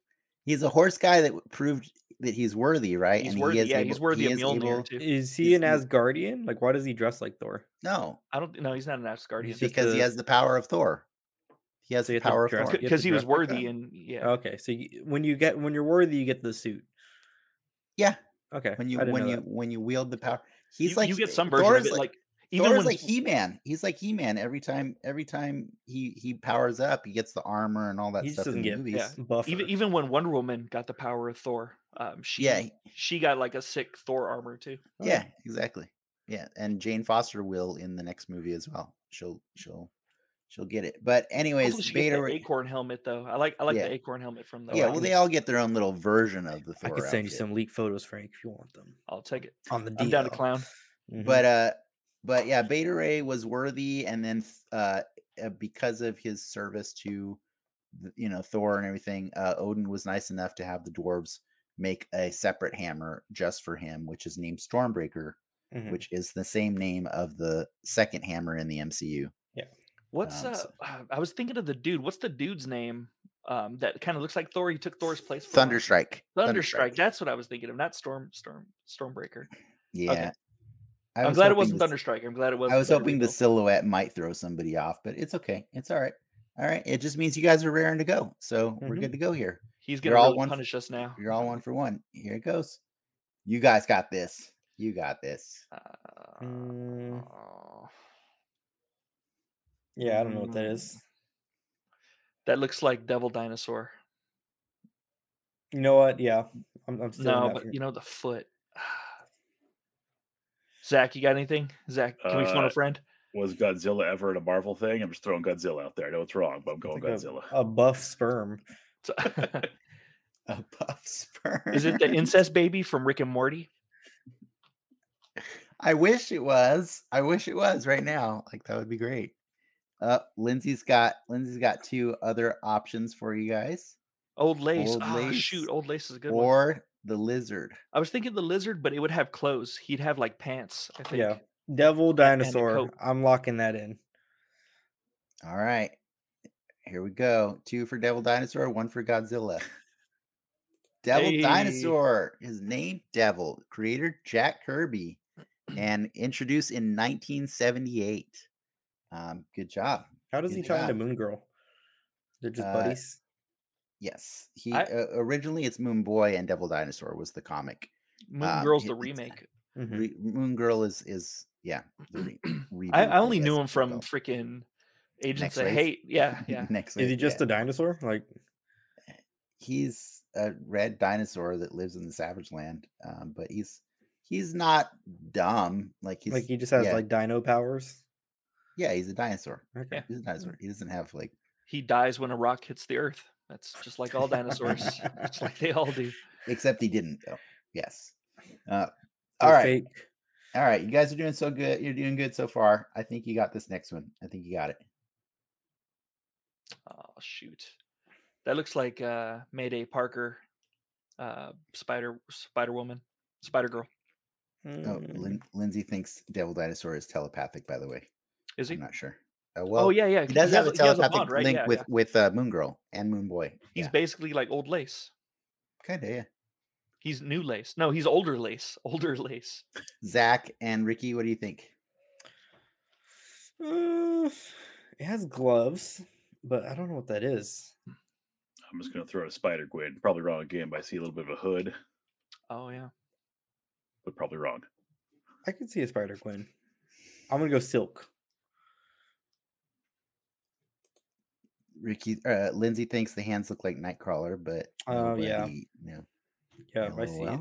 He's a horse guy that w- proved that he's worthy, right? He's he worthy. is yeah, he's able- worthy he of is Mjolnir able- too. Is he He's- an Asgardian? Like, why does he dress like Thor? No, I don't. No, he's not an Asgardian He's just because he a- has the power of Thor. He has So you the have to power of dress Thor. you have because to he was dress like worthy that. and yeah. Oh, Okay, so you, when you get when you're worthy, you get the suit. Yeah, Okay, when you I didn't when know you that. when you wield the power. He's you, like you get uh, some version Thor of is it. Like, Even Thor's when like He Man. He's like He Man every time. Every time he he powers up, he gets the armor and all that He just stuff in doesn't the get movies. yeah. buff. even even when Wonder Woman got the power of Thor, um, she Yeah, he- she got like a sick Thor armor too. yeah, exactly. Yeah, and Jane Foster will in the next movie as well. She'll she'll she'll get it. But anyways, Hopefully she gets Beta. that Ray- acorn helmet though. I like I like Yeah. the acorn helmet from the. yeah, Rock. well, they all get their own little version of the I Thor. could send you outfit. some leaked photos, Frank, if you want them I'll take it. on the DL. I'm down to clown. Mm-hmm. Mhm. but uh but yeah beta ray was worthy and then th- uh uh, because of his service to th- you know thor and everything uh odin was nice enough to have the dwarves make a separate hammer just for him which is named stormbreaker Mm. Mhm. which is the same name of the second hammer in the mcu What's Um, uh, so- uh, I was thinking of the dude. What's the dude's name? Um, that kind of looks like Thor. He took Thor's place. for a while. thunderstrike Thunderstrike. That's what I was thinking of. Not Storm. Storm. Stormbreaker. yeah I I'm was glad it hoping wasn't this- Thunderstrike. I'm glad it wasn't. I was hoping the Thunderbolt. silhouette might throw somebody off, but it's okay. It's all right. All right. It just means you guys are raring to go. So we're Mhm. Mm-hmm. good to go here. He's you're gonna all really one f- punish us now. You're all one for one. Here it goes. You guys got this. You got this. Mm-hmm. Uh, Mm, oh. yeah, I don't know what that is. that looks like Devil Dinosaur. You know what? Yeah, I'm, I'm still No, but you know the foot. Zach, you got anything? Zach, can we phone Uh, a friend? Was Godzilla ever in a Marvel thing? I'm just throwing Godzilla out there. I know it's wrong, but I'm going Godzilla. A, buff sperm. So- A puff sperm. Is it the incest baby from Rick and Morty? I wish it was. I wish it was right now. Like that would be great. Uh, Lindsay's got Lindsay's got two other options for you guys, Old lace. Old Ah, Lace shoot, old lace is a good one. or the lizard. I was thinking the lizard, but it would have clothes. He'd have like pants. I think. Yeah, devil dinosaur. coat. I'm locking that in. All right, here we go. Two for Devil Dinosaur, one for Godzilla. Devil Hey. Dinosaur, his name Devil, creator Jack Kirby, and introduced in 1978. Um, good job. How does Good he tie into job. Moon Girl? They're just Uh, buddies. Yes, he I- uh, originally it's Moon Boy and Devil Dinosaur was the comic. Moon Um, Girl's it- the it's- remake. Mhm. Re- Moon Girl is is yeah. The re- Mm-hmm. I, reboot, I only guess, knew him if you from will. freaking Agents Next of Wave? Hate. Yeah, yeah. Next, Is he wave, just yeah. a dinosaur? Like, he's a red dinosaur that lives in the Savage Land, um, but he's he's not dumb. Like he's like he just has yeah. like dino powers. yeah, he's a dinosaur. Okay. He's a Mm. dinosaur. He doesn't have like He dies when a rock hits the earth. That's just like all dinosaurs. It's like they all do. except he didn't though. Yes. Uh, They're all right. fake. All right, you guys are doing so good. You're doing good so far. I think you got this next one. I think you got it. Oh shoot, that looks like uh, Mayday Parker, uh, Spider Spider Woman, Spider Girl. Oh, Mm-hmm. Mm. Lin- Lindsay thinks Devil Dinosaur is telepathic. By the way, Is he? I'm not sure. Uh, well, oh yeah, yeah. he does have a has he has telepathic bond, right? link Yeah, with yeah. with uh, Moon Girl and Moon Boy. He's yeah, basically like old lace. kind of yeah. He's new lace. No, he's older lace. Older lace. Zach and Ricky, what do you think? Uh, it has gloves, but I don't know what that is. I'm just going to throw a Spider Gwen. Probably wrong again, but I see a little bit of a hood, Oh yeah. but probably wrong. I could see a Spider Gwen. I'm gonna go silk. Ricky, uh, Lindsay thinks the hands look like Nightcrawler, but Oh, yeah. nobody knew. Yeah, I see. LOL. it.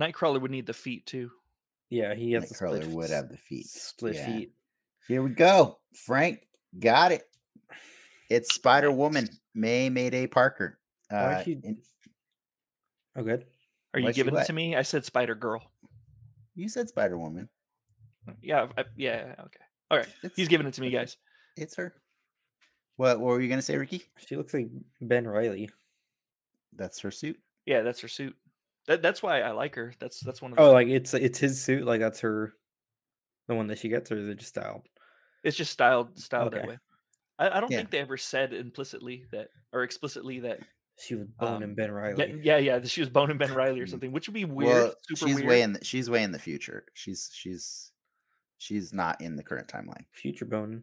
Nightcrawler would need the feet too. Yeah, he has the split, Nightcrawler would s- have the feet. Split Yeah. feet. Here we go. Frank got it. It's Spider Woman, May Mayday Parker. Why'd Uh, you- and- Oh, good. Are you Unless you giving it let- to me? I said Spider Girl. you said Spider Woman. Hmm. Yeah, I, yeah. Okay. All right. He's giving it to me, guys. It's her. What, what were you gonna say, Ricky? She looks like Ben Riley. That's her suit. Yeah, that's her suit. That, that's why I like her. That's that's one of the Oh, like it's it's his suit. Like that's her, the one that she gets, or is it just styled? It's just styled styled that Okay. way. I, I don't Yeah. think they ever said implicitly that or explicitly that. She was boning Um, Ben Yeah, Riley. yeah, yeah. that She was boning Ben Riley or Mm. something, which would be weird. Well, super she's weird. way in. The, she's way in the future. She's she's she's not in the current timeline. Future boning.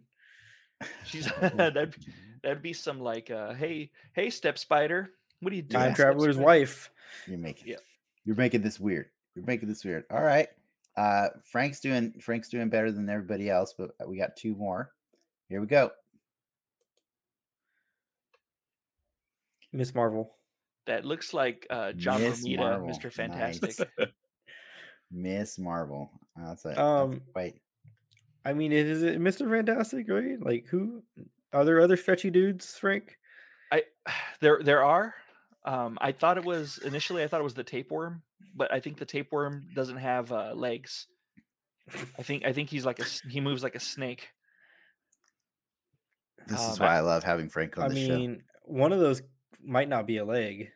She's that'd be, that'd be some like, uh, hey, hey, Step Spider, what are you doing? Time Step traveler's Spider?" wife. You're making. Yeah. You're making this weird. You're making this weird. All right. Uh, Frank's doing Frank's doing better than everybody else, but uh, we got two more. Here we go. Miss Marvel. That looks like uh, John Miss Romita, Marvel. Mr. Fantastic. Nice. Miss Marvel. Uh, That's a Um, right. I mean, it is it Mr. Fantastic, right? Like who are there other stretchy dudes, Frank? I there there are. Um, I thought it was initially I thought it was the tapeworm, but I think the tapeworm doesn't have uh, legs. I think I think he's like a s- he moves like a snake. This is um, why I love having Frank on I the show. mean, one of those might not be a leg.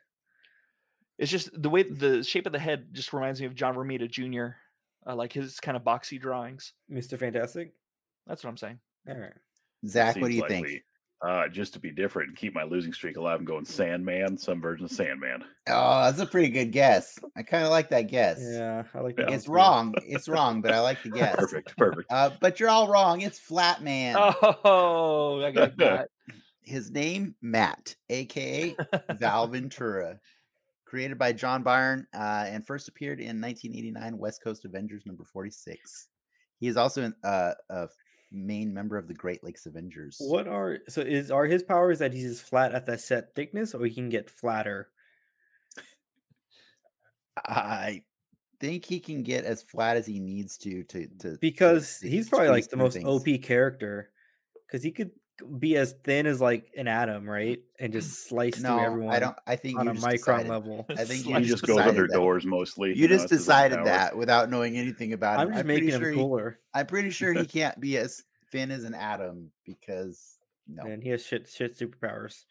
It's just the Mm. way the shape of the head just reminds me of John Romita Jr. Uh, like his kind of boxy drawings. Mr. Fantastic. That's what I'm saying. All right. Zach, what do Seems you like think? we- Uh, just to be different and keep my losing streak alive, I'm going Sandman, some version of Sandman. Oh, that's a pretty good guess. I kind of like that guess. Yeah, I like Yeah. that. one It's too. wrong. It's wrong, but I like the guess. Perfect, perfect. Uh, but you're all wrong. It's Flatman. Oh, I got that. His name Matt, aka Val Ventura, created by John Byrne uh, and first appeared in 1989 West Coast Avengers number 46. He is also an, uh, a main member of the Great Lakes Avengers. What are so is are his powers that he's just flat at the set thickness, or he can get flatter? I think he can get as flat as he needs to to to Because to he's probably like squeeze the through most things. OP character, because he could be as thin as like an atom, right, and just slice Mm-hmm. No, through everyone I don't. I think on you a just micron decided- level. I think He you just just goes decided under that. doors mostly. You know, just that's his only decided power. that without knowing anything about I'm him. just pretty making him sure he- cooler, I'm pretty sure he can't be as thin as an atom because no. and he has shit shit superpowers.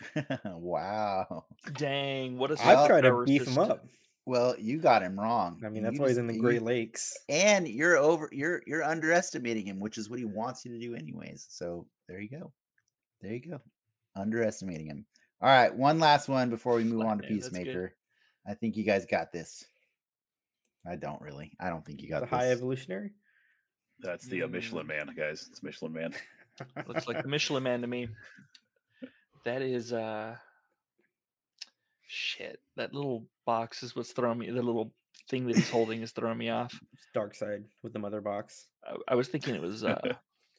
wow. Dang, what a Well, I've tried to superpower beef him assist. up. Well, you got him wrong. I mean, You that's why he's just- in the you- Great Lakes. And you're over. You're you're underestimating him, which is what he wants you to do, anyways. So there you go. There you go. Underestimating him. All right, one last one before we move on to Flatman, that's good. Peacemaker. I think you guys got this. I don't really. I don't think you got The this. high evolutionary. That's the uh, Michelin Mm. Man, guys. It's Michelin Man. Looks like the Michelin Man to me. That is uh shit. That little box is what's throwing me. The little thing that he's holding is throwing me off. dark side with the mother box. I, I was thinking it was uh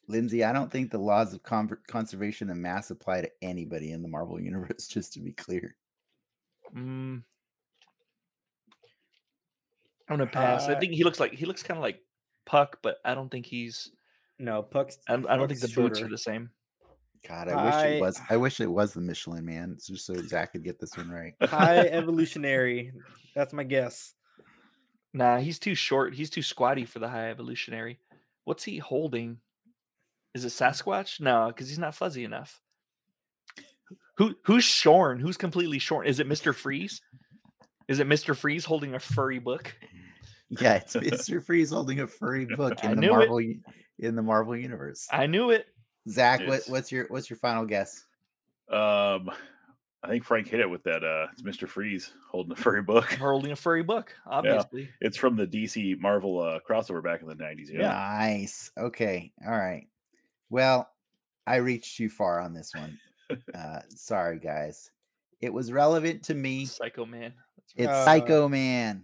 Lindsay, I don't think the laws of conver- conservation and mass apply to anybody in the Marvel universe. Just to be clear, mm, I'm gonna pass. I Uh, think he looks like he looks kind of like Puck, but I don't think he's. No, Puck's. I don't, I don't think the Puck's boots are shorter. the same. God, I wish I- it was. I wish it was the Michelin Man, it's just so Zach could get this one right. high evolutionary. That's my guess. Nah, he's too short. He's too squatty for the high evolutionary. What's he holding? Is it Sasquatch? No, because he's not fuzzy enough. Who who's shorn? Who's completely shorn? Is it Mr. Freeze? Is it Mr. Freeze holding a furry book? Yeah, it's Mister Freeze holding a furry book I in the knew it. Marvel u- in the Marvel universe. I knew it. Zach, what, Yes. what's your what's your final guess? Um, I think Frank hit it with that. Uh, it's Mister Freeze holding a furry book. Holding a furry book, obviously. It's from the DC Marvel uh, crossover back in the nineties. Yeah, Nice. Okay. All right. Well, I reached too far on this one. uh, sorry, guys. It was relevant to me. Psycho Man. It's Uh, Psycho Man,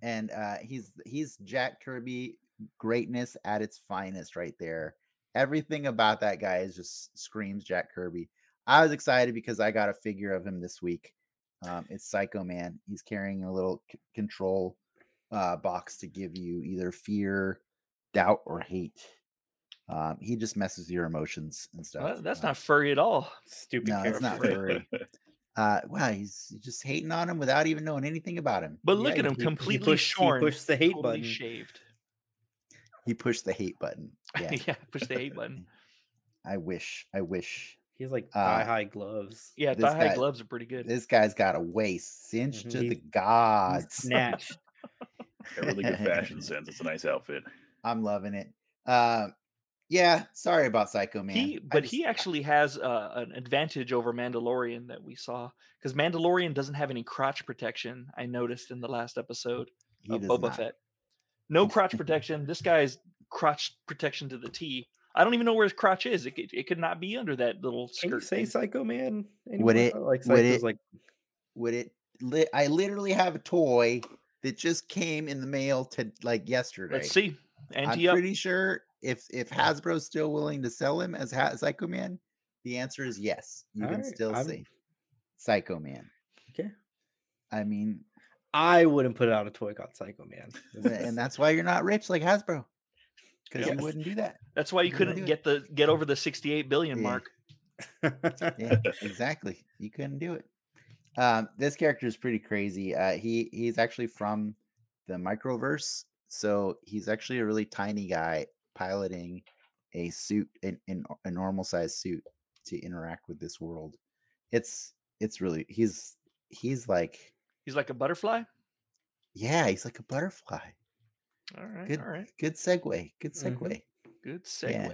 and uh, he's he's Jack Kirby greatness at its finest right there. Everything about that guy is just screams Jack Kirby. I was excited because I got a figure of him this week. Um, it's Psycho Man. He's carrying a little c- control uh, box to give you either fear, doubt, or hate. Um, he just messes with your emotions and stuff. Well, that- that's Uh, not furry at all. Stupid. No, it's not character. furry. Uh, wow, he's just hating on him without even knowing anything about him. But Yeah, look at he- him he- he completely pushed- he shorn. pushed the hate totally button. shaved. He pushed the hate button. Yeah. Yeah, push the hate button. I wish. I wish. He has like Uh, thigh high gloves. Yeah, This thigh high guy- gloves are pretty good. Mm-hmm. This guy's got a waist cinched Mhm. to He- the He's gods. snatched. a really good fashion sense. It's a nice outfit. I'm loving it. Uh, yeah, sorry about Psycho Man. He, I but just- he actually has uh, an advantage over Mandalorian that we saw because Mandalorian doesn't have any crotch protection. I noticed in the last episode he of does Boba not. Fett, no crotch protection. This guy's crotch protection to the T. I don't even know where his crotch is. It could, it could not be under that little Can you skirt. say thing. Psycho Man? Would anymore? it- I Like would Psycho's it- like Would it? Li- I literally have a toy that just came in the mail to like yesterday. Let's see. I'm Ante up. pretty sure if if Hasbro's still willing to sell him as ha- Psycho Man, the answer is yes. You All can right, still I'm- see Psycho Man. Okay. I mean, I wouldn't put out a toy called Psycho Man. This th- is- and that's why you're not rich like Hasbro, because Yes. you wouldn't do that. That's why you Yeah. couldn't get the get over the 68 billion Yeah. mark. Yeah, exactly. You couldn't do it. Um, this character is pretty crazy. Uh, he he's actually from the microverse, so he's actually a really tiny guy piloting a suit, an, an, a normal size suit, to interact with this world. It's it's really he's he's like He's like a butterfly. yeah he's like a butterfly. All right. Good All right. good segue. Good Mhm. segue. Good segue. Yeah.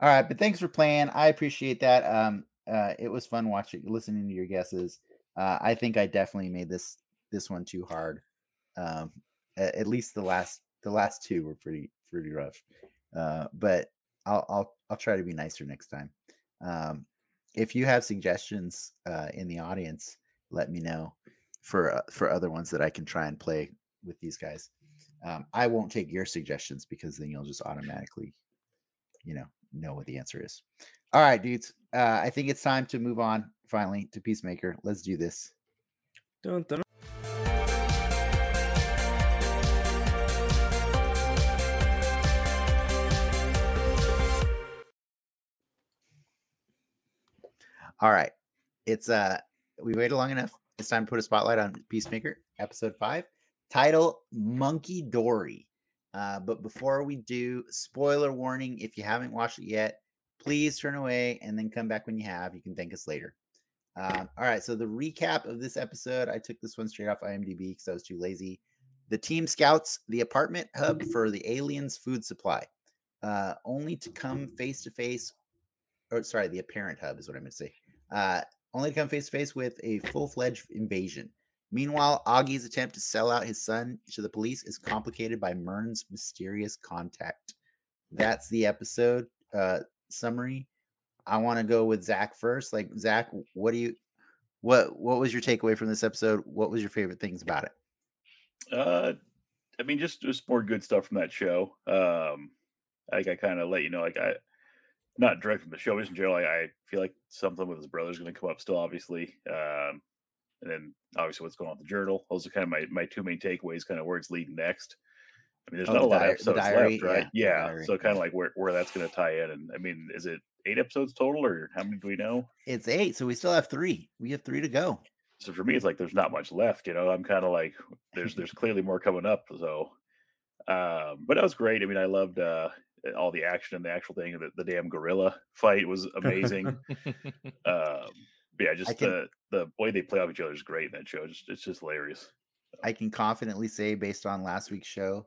All right, but thanks for playing. I appreciate that. Um, uh, it was fun watching, listening to your guesses. Uh, I think I definitely made this this one too hard. Um, a- at least the last the last two were pretty pretty rough. Uh, but I'll I'll I'll try to be nicer next time. Um, if you have suggestions uh, in the audience, let me know for uh, for other ones that I can try and play with these guys. Um, I won't take your suggestions because then you'll just automatically you know know what the answer is. All right, dudes. Uh, I think it's time to move on finally to Peacemaker. Let's do this. Dun, dun. All right. It's uh we waited long enough. It's time to put a spotlight on Peacemaker, episode five. Title Monkey Dory. Uh, but before we do, spoiler warning if you haven't watched it yet, please turn away and then come back when you have. You can thank us later. Um, all right, so the recap of this episode, I took this one straight off IMDb because I was too lazy. The team scouts the apartment hub for the aliens' food supply, uh, only to come face to face, or sorry, the apparent hub is what I meant to say, uh, only to come face to face with a full fledged invasion. Meanwhile, Augie's attempt to sell out his son to the police is complicated by Mern's mysterious contact. That's the episode uh, summary. I want to go with Zach first. Like Zach, what do you, what what was your takeaway from this episode? What was your favorite things about it? Uh, I mean, just just more good stuff from that show. Um, I think I kind of let you know, like I, not direct from the show, but just in general, I, I feel like something with his brother's going to come up still, obviously. Um, and then obviously what's going on with the journal. Those are kind of my my two main takeaways, kind of where it's leading next. I mean, there's Oh, not the a lot of diar- the episodes diary, left, right? yeah, the Yeah, diary, so kind yeah. of like where where that's going to tie in. And I mean, is it eight episodes total, or how many do we know? It's eight, so we still have three. We have three to go. so for me it's like there's not much left you know i'm kind of like there's there's clearly more coming up so um but that was great i mean i loved uh all the action and the actual thing the, the damn gorilla fight was amazing um but yeah just can- the the way they play off each other is great in that show just it's just hilarious I can confidently say, based on last week's show,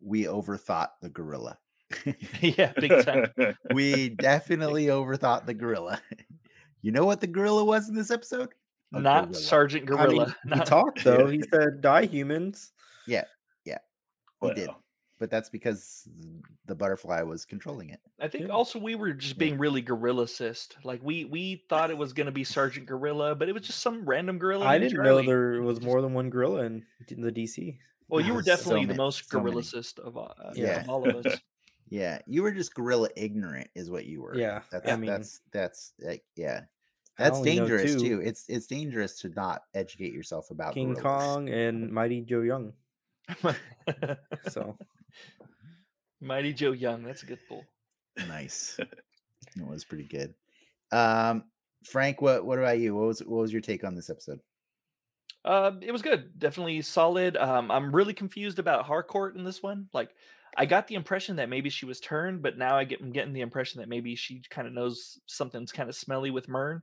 we overthought the gorilla. yeah, big time. We definitely overthought the gorilla. you know what the gorilla was in this episode? A Not gorilla. Sergeant I mean, Gorilla. he Not- talked though. He said, "Die humans." He did, Well, but that's because the butterfly was controlling it. I think Yeah. also we were just Yeah. being really gorillacist. Like we we thought it was gonna be Sergeant Gorilla, but it was just some random gorilla. I named didn't know Charlie. there was Just- more than one gorilla in d- the DC. Well, you were There's so definitely the many- most so many. gorillacist of, all- uh, Yeah. of all of us. Yeah, you were just gorilla ignorant, is what you were. Yeah, that's I mean- that's that's like yeah, I that's only know dangerous two, too. It's it's dangerous to not educate yourself about King gorillas. Kong and Mighty Joe Young. So Mighty Joe Young, that's a good pull. Nice, it was pretty good. Um, Frank, what what about you? What was what was your take on this episode? Uh, it was good, definitely solid. Um, I'm really confused about Harcourt in this one. Like, I got the impression that maybe she was turned, but now I get, I'm getting the impression that maybe she kind of knows something's kind of smelly with Mern.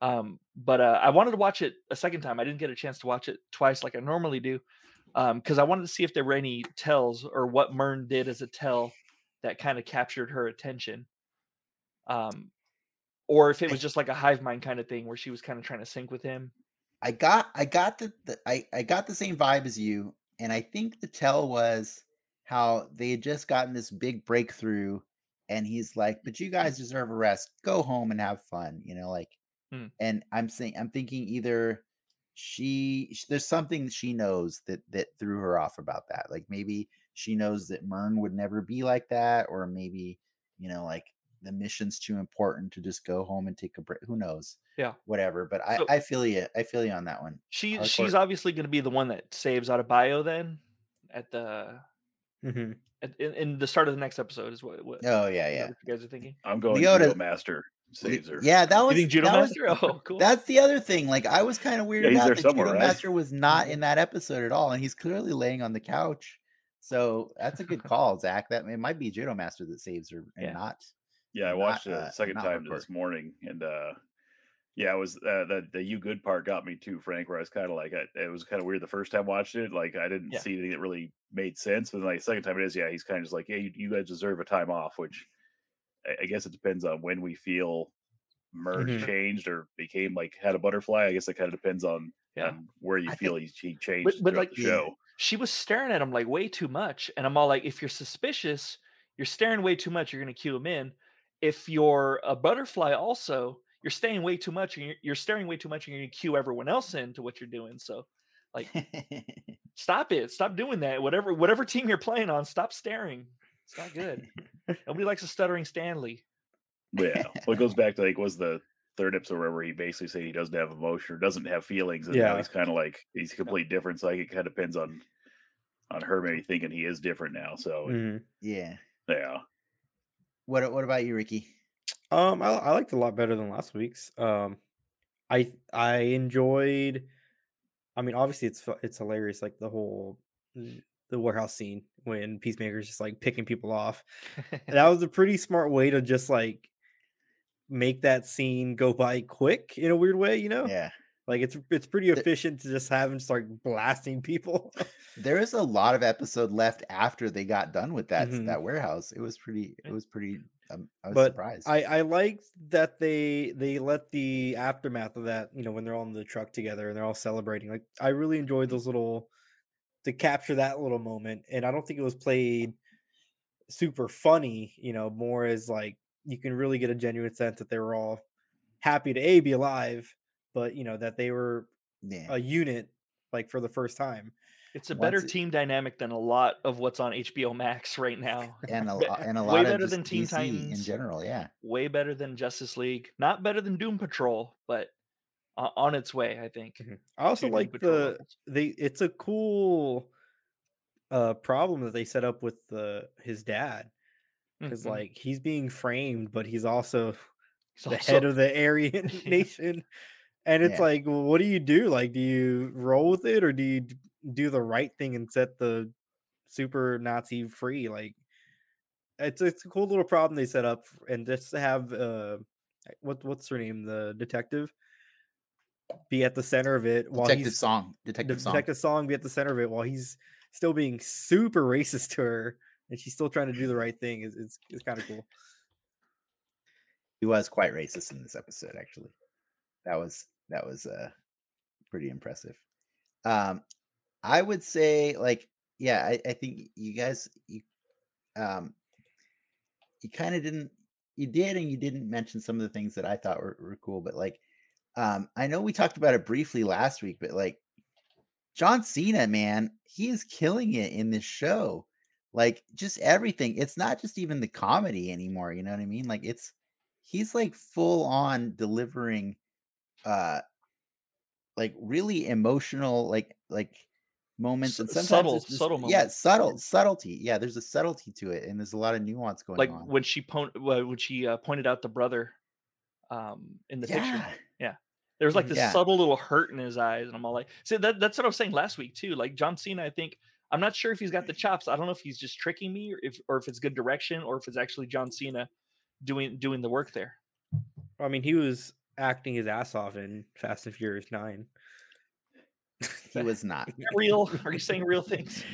Um, but uh, I wanted to watch it a second time. I didn't get a chance to watch it twice like I normally do, because I wanted to see if there were any tells or what Mern did as a tell that kind of captured her attention. Um, or if it was just like a hive mind kind of thing where she was kind of trying to sync with him. I got I got the, the I I got the same vibe as you, and I think the tell was how they had just gotten this big breakthrough, and he's like, "But you guys deserve a rest. Go home and have fun." You know, like, Mm. and I'm saying I'm thinking either she sh- there's something she knows that that threw her off about that. Like maybe she knows that Mern would never be like that, or maybe you know like the mission's too important to just go home and take a break. Who knows? Yeah. whatever. But I So- I feel you. I feel you on that one. She Hardcore. she's obviously going to be the one that saves Adebayo then at the Mhm. at, in, in the start of the next episode is what, what is Oh yeah, that yeah. what you guys are thinking. I'm going Leota- Judo Master saves her. Yeah, that was think Judo that was- Master- Oh, cool. That's the other thing. Like I was kind of weirded he's out there that somewhere, Judo right? Master was not in that episode at all, and he's clearly laying on the couch. So that's a good call, Zach. That it might be Judo Master that saves her, and Yeah. not Yeah, I Not, watched it uh, a second not time hardcore. this morning, and uh, yeah, it was uh, the the you good part got me too, Frank. Where I was kind of like, I, it was kind of weird the first time I watched it. Like I didn't Yeah. see anything that really made sense, but then like second time it is, yeah, he's kind of just like, yeah, you, you guys deserve a time off, which I, I guess it depends on when we feel merge Mhm. changed or became like had a butterfly. I guess it kind of depends on, Yeah. on where you I feel he's he changed but throughout like the the- show. she was staring at him like way too much. And I'm all like, if you're suspicious, you're staring way too much. You're going to cue him in. If you're a butterfly, also, you're staying way too much and you're, you're staring way too much and you're going to cue everyone else in to what you're doing. So stop it. Stop doing that. Whatever, whatever team you're playing on, stop staring. It's not good. Nobody likes a stuttering Stanley. But yeah, well, it goes back to like was the third episode where he basically said he doesn't have emotion or doesn't have feelings, and now Yeah. he's kind of like he's a complete different. So like it kind of depends on on her maybe thinking he is different now. Oh, So Mhm. yeah. yeah, What what about you, Ricky? Um, I, I liked it a lot better than last week's. Um, I I enjoyed. I mean, obviously it's fu- it's hilarious, like the whole mm, the warehouse scene when Peacemaker's just like picking people off. And that was a pretty smart way to just like make that scene go by quick in a weird way, you know? Yeah, Like it's it's pretty The- efficient to just have him start blasting people. there is a lot of episode left after they got done with that Mhm. that warehouse. It was pretty. It was pretty. Um, I was But surprised. I I liked that they they let the aftermath of that, you know, when they're all in the truck together and they're all celebrating. Like I really enjoyed those little to capture that little moment and I don't think it was played super funny, you know, more as like you can really get a genuine sense that they were all happy to a be alive, but you know that they were yeah. a unit like for the first time. It's a Once better it- team dynamic than a lot of what's on HBO Max right now. and a, be- lo- and a way lot of better just than Teen DC in Titans. general. Yeah, way better than Justice League. Not better than Doom Patrol, but o- on its way, I think. Mhm. I to also Doom like Patrol the levels. they it's a cool uh problem that they set up with the his dad because Mhm. like he's being framed but he's also He's the also- head of the aryan Yeah. nation and it's Yeah. like well, what do you do like do you roll with it or do you d- do the right thing and set the super nazi free like it's it's a cool little problem they set up f- and just to have uh what what's her name the detective be at the center of it while detective he's song, the detective detective, song. song be at the center of it while he's still being super racist to her and she's still trying to do the right thing is it's, it's kind of cool He was quite racist in this episode, actually. That was that was uh pretty impressive. Um, I would say, like, yeah, I, I think you guys, you, um, you kind of didn't, you did and you didn't mention some of the things that I thought were, were cool, but like, um, I know we talked about it briefly last week, but like, John Cena, man, he is killing it in this show. Like, just everything. It's not just even the comedy anymore. You know what I mean? Like, it's he's like full on delivering, uh, like really emotional, like like moments S- and sometimes subtle- it's just- subtle Yeah, moments. subtle subtlety. Yeah, there's a subtlety to it, and there's a lot of nuance going like on. when she pon- well, when she uh, pointed out the brother um in the picture. yeah, There was like Mhm. this Yeah. subtle little hurt in his eyes, and I'm all like, see, that, that's what I was saying last week too. Like John Cena, I think I'm not sure if he's Mm-hmm. got the chops. I don't know if he's just tricking me, or if or if it's good direction, or if it's actually John Cena doing doing the work there. i mean he was acting his ass off in fast and furious 9 he was not. Is that real? Are you saying real things?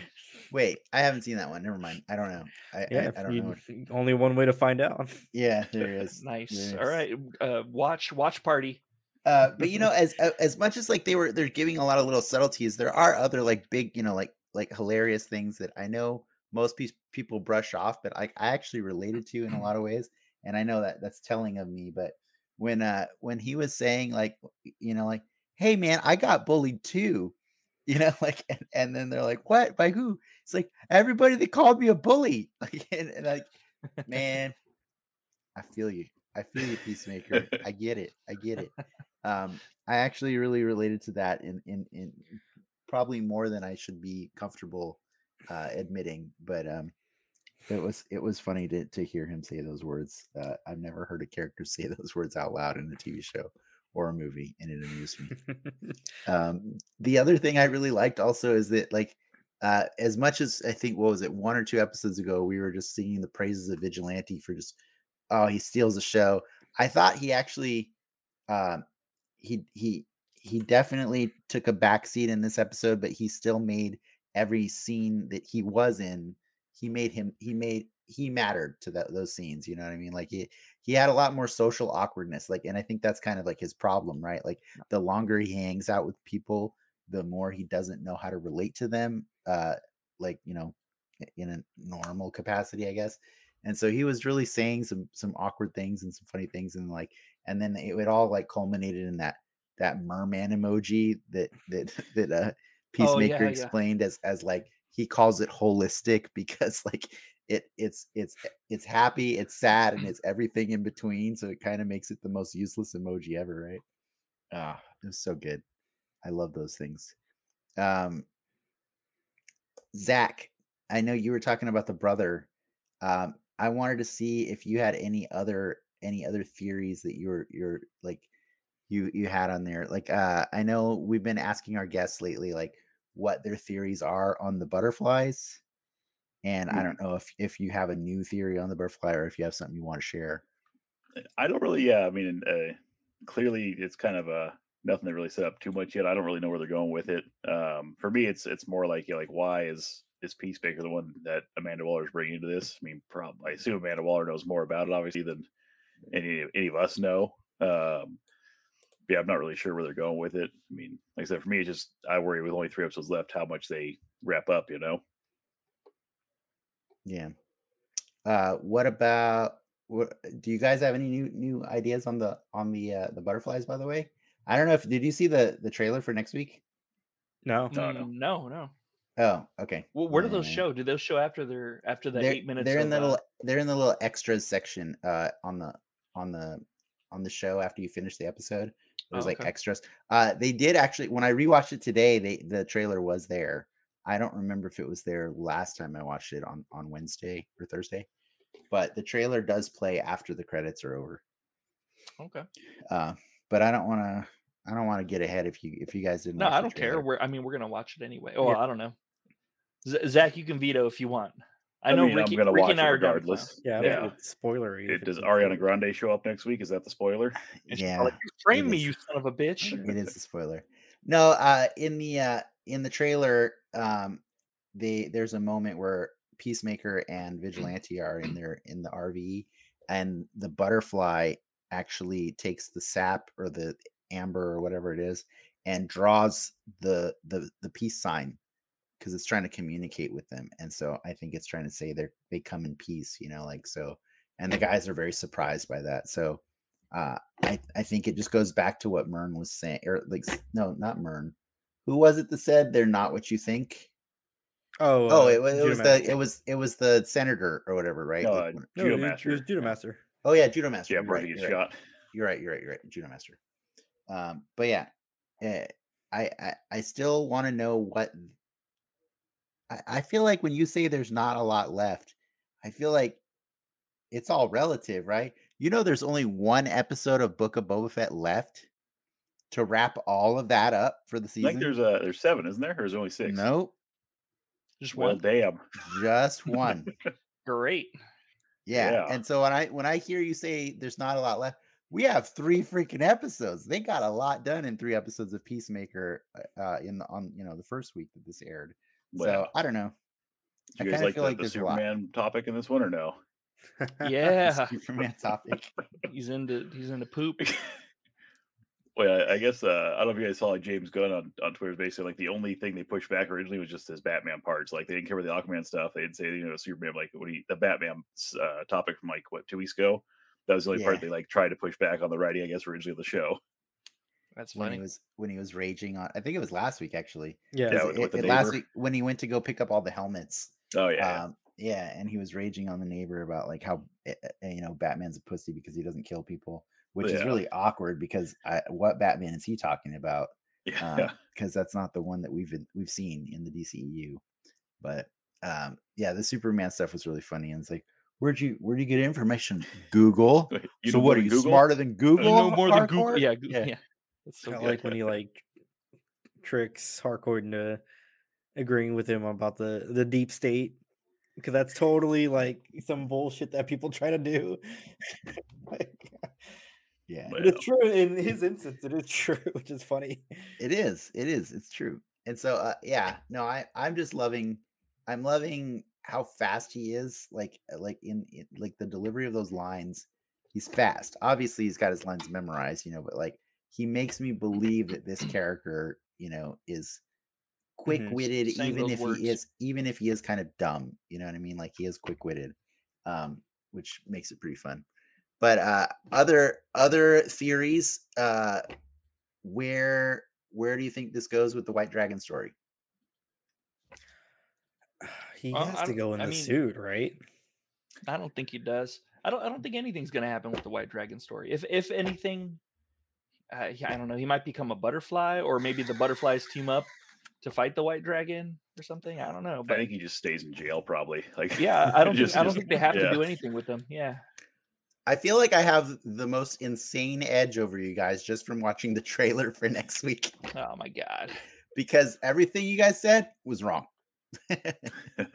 Wait, I haven't seen that one. Never mind. I don't know. I yeah I, I don't you- know. What, only one way to find out yeah, there is. Nice. Yes. All right. Uh, watch watch party. Uh, but you know, as a- as much as like they were, they're giving a lot of little subtleties. There are other like big, you know, like like hilarious things that I know most pe- people brush off, but I I actually related to in a lot of ways, and I know that that's telling of me. But when uh when he was saying like, you know, like, hey man, I got bullied too. You know, like and, and then they're like, What? By who? It's like everybody that called me a bully. Like and, and like, man, I feel you. I feel you, Peacemaker. I get it. I get it. Um, I actually really related to that in in in probably more than I should be comfortable uh admitting, but um it was it was funny to to hear him say those words. Uh, I've never heard a character say those words out loud in a TV show or a movie, and it amused me. Um, the other thing I really liked also is that like uh, as much as I think what was it one or two episodes ago we were just singing the praises of Vigilante for just oh he steals the show. I thought he actually um, he he he definitely took a backseat in this episode, but he still made every scene that he was in. He made him he made he mattered to that, those scenes. You know what I mean? Like he he had a lot more social awkwardness. Like, and I think that's kind of like his problem, right? Like the longer he hangs out with people, the more he doesn't know how to relate to them. Uh, like you know, in a normal capacity, I guess. And so he was really saying some some awkward things and some funny things, and like, and then it, it all like culminated in that that merman emoji that that that uh peacemaker Oh, yeah. explained as as like he calls it holistic because like it it's it's it's happy it's sad and it's everything in between so it kind of makes it the most useless emoji ever right ah it was so good i love those things um zach i know you were talking about the brother um i wanted to see if you had any other any other theories that you were you're like you you had on there like uh i know we've been asking our guests lately like what their theories are on the butterflies and i Hmm. don't know if if you have a new theory on the butterfly or if you have something you want to share I don't really. Yeah, I mean, uh, clearly it's kind of uh, nothing that really set up too much yet. I don't really know where they're going with it. Um, for me, it's it's more like you know, like why is is Peacemaker the one that Amanda Waller's bringing into this? I mean, probably I assume Amanda Waller knows more about it obviously than any any of us know. Um, yeah, I'm not really sure where they're going with it. I mean, like I said, for me, it's just I worry with only three episodes left how much they wrap up. You know. yeah uh what about what do you guys have any new new ideas on the on the uh the butterflies by the way i don't know if did you see the the trailer for next week no. No, no. Mm, no, no. oh okay Uh, Well, where do those Yeah. show? Do those show after their after the they're, eight minutes? They're in of, the uh, little they're in the little extras section uh on the on the on the show after you finish the episode. There's Oh, like okay. extras. Uh they did actually when I rewatched it today, they the trailer was there. I don't remember if it was there last time I watched it on on Wednesday or Thursday. But the trailer does play after the credits are over. okay. Uh but I don't want to I don't want to get ahead if you if you guys didn't No, watch I the don't care. trailer. We're I mean we're gonna watch it anyway. Oh, I don't know. Z- Zach, you can veto if you want. I, know mean, Ricky, I'm gonna Ricky watch and it I are down to clown. regardless. Yeah. I don't yeah. think it's spoilery. if It, it's does in Ariana theaters. Grande show up next week? Is that the spoiler? And she's yeah. probably like, you framed me, is. you son of a bitch. it is a spoiler. No, uh, in the uh, in the trailer, um, they there's a moment where Peacemaker and Vigilante are in their in the RV, and the butterfly actually takes the sap or the amber or whatever it is, and draws the the the peace sign because it's trying to communicate with them. And so I think it's trying to say they're they come in peace, you know, like so. And the guys are very surprised by that. So uh, I, I think it just goes back to what Mern was saying, or like s- no, not Mern. Who was it that said they're not what you think? Oh, Oh, uh, it, wa- it Judo was Master. the it was it was the senator or whatever, right? No, Like uh, when- No, Judo it was- Master. It was Judo Master. oh yeah, Judo Master. Yeah, you're Bernie right, gets you're right. shot. You're right. You're right. You're right. Juno Master. Um, but yeah, eh, I I, I still want to know what. I, I feel like when you say there's not a lot left, I feel like it's all relative, right? You know, there's only one episode of Book of Boba Fett left to wrap all of that up for the I season. think there's uh there's seven, isn't there? Or is there only six? Nope, Just Well, one. damn. just one. Great. Yeah. Yeah. And so when I when I hear you say there's not a lot left, we have three freaking episodes. They got a lot done in three episodes of Peacemaker uh, uh in the on you know the first week that this aired. Wow. So I don't know. Do I you guys kinda like the, feel like the there's a lot. Superman topic in this one or no? Yeah. Superman topic. he's into he's into poop. Well, I- I guess uh, I don't know if you guys saw like James Gunn on, on Twitter. Basically, like the only thing they pushed back originally was just his Batman parts. Like they didn't cover the Aquaman stuff. They didn't say you know Superman like what he the Batman uh, topic from like what two weeks ago. That was the only Yeah. part they like tried to push back on the writing. I guess originally of the show. That's when he funny. was when he was raging on. I think it was last week actually. Yeah. Yeah, 'cause with- it- with the it- last neighbor. week when he went to go pick up all the helmets. Oh yeah, yeah. Um, yeah, and he was raging on the neighbor about like how eh, eh, eh, you know Batman's a pussy because he doesn't kill people, which is Yeah. really awkward because I, what Batman is he talking about? yeah. because um, that's not the one that we've been, we've seen in the DCEU. But um, yeah, the Superman stuff was really funny, and it's like, where'd you where'd you get information? Google. Wait, you so know what are more than you Google? smarter than I Google? know Uh, more than Google. Harcourt?" Yeah, Google. Yeah. Yeah. That's so I good. like when he like tricks Harcourt into agreeing with him about the the deep state because that's totally like some bullshit that people try to do. Like, yeah, But- but it's true in his instance. It is true, which is funny. it is. It is. It's true. And so uh, yeah, no, I I'm just loving. I'm loving how fast he is. Like uh, like in, in like the delivery of those lines. He's fast. Obviously, he's got his lines memorized, you know. But like, he makes me believe that this character, you know, is quick-witted Saying even those if words. he is even if he is kind of dumb you know what i mean like he is quick-witted um which makes it pretty fun but uh other other theories uh where where do you think this goes with the white dragon story He Well, I has to don't- go in I the mean- suit, right? I don't think he does. I don't. I don't think anything's gonna happen with the White Dragon story. If if anything, uh, he- I don't know. He might become a butterfly, or maybe the butterflies team up to fight the White Dragon or something. I don't know. I But think he just stays in jail probably. Like yeah, I don't. just- think, I don't just- think they have yeah. to do anything with them. Yeah. i feel like i have the most insane edge over you guys just from watching the trailer for next week Oh my god. because everything you guys said was wrong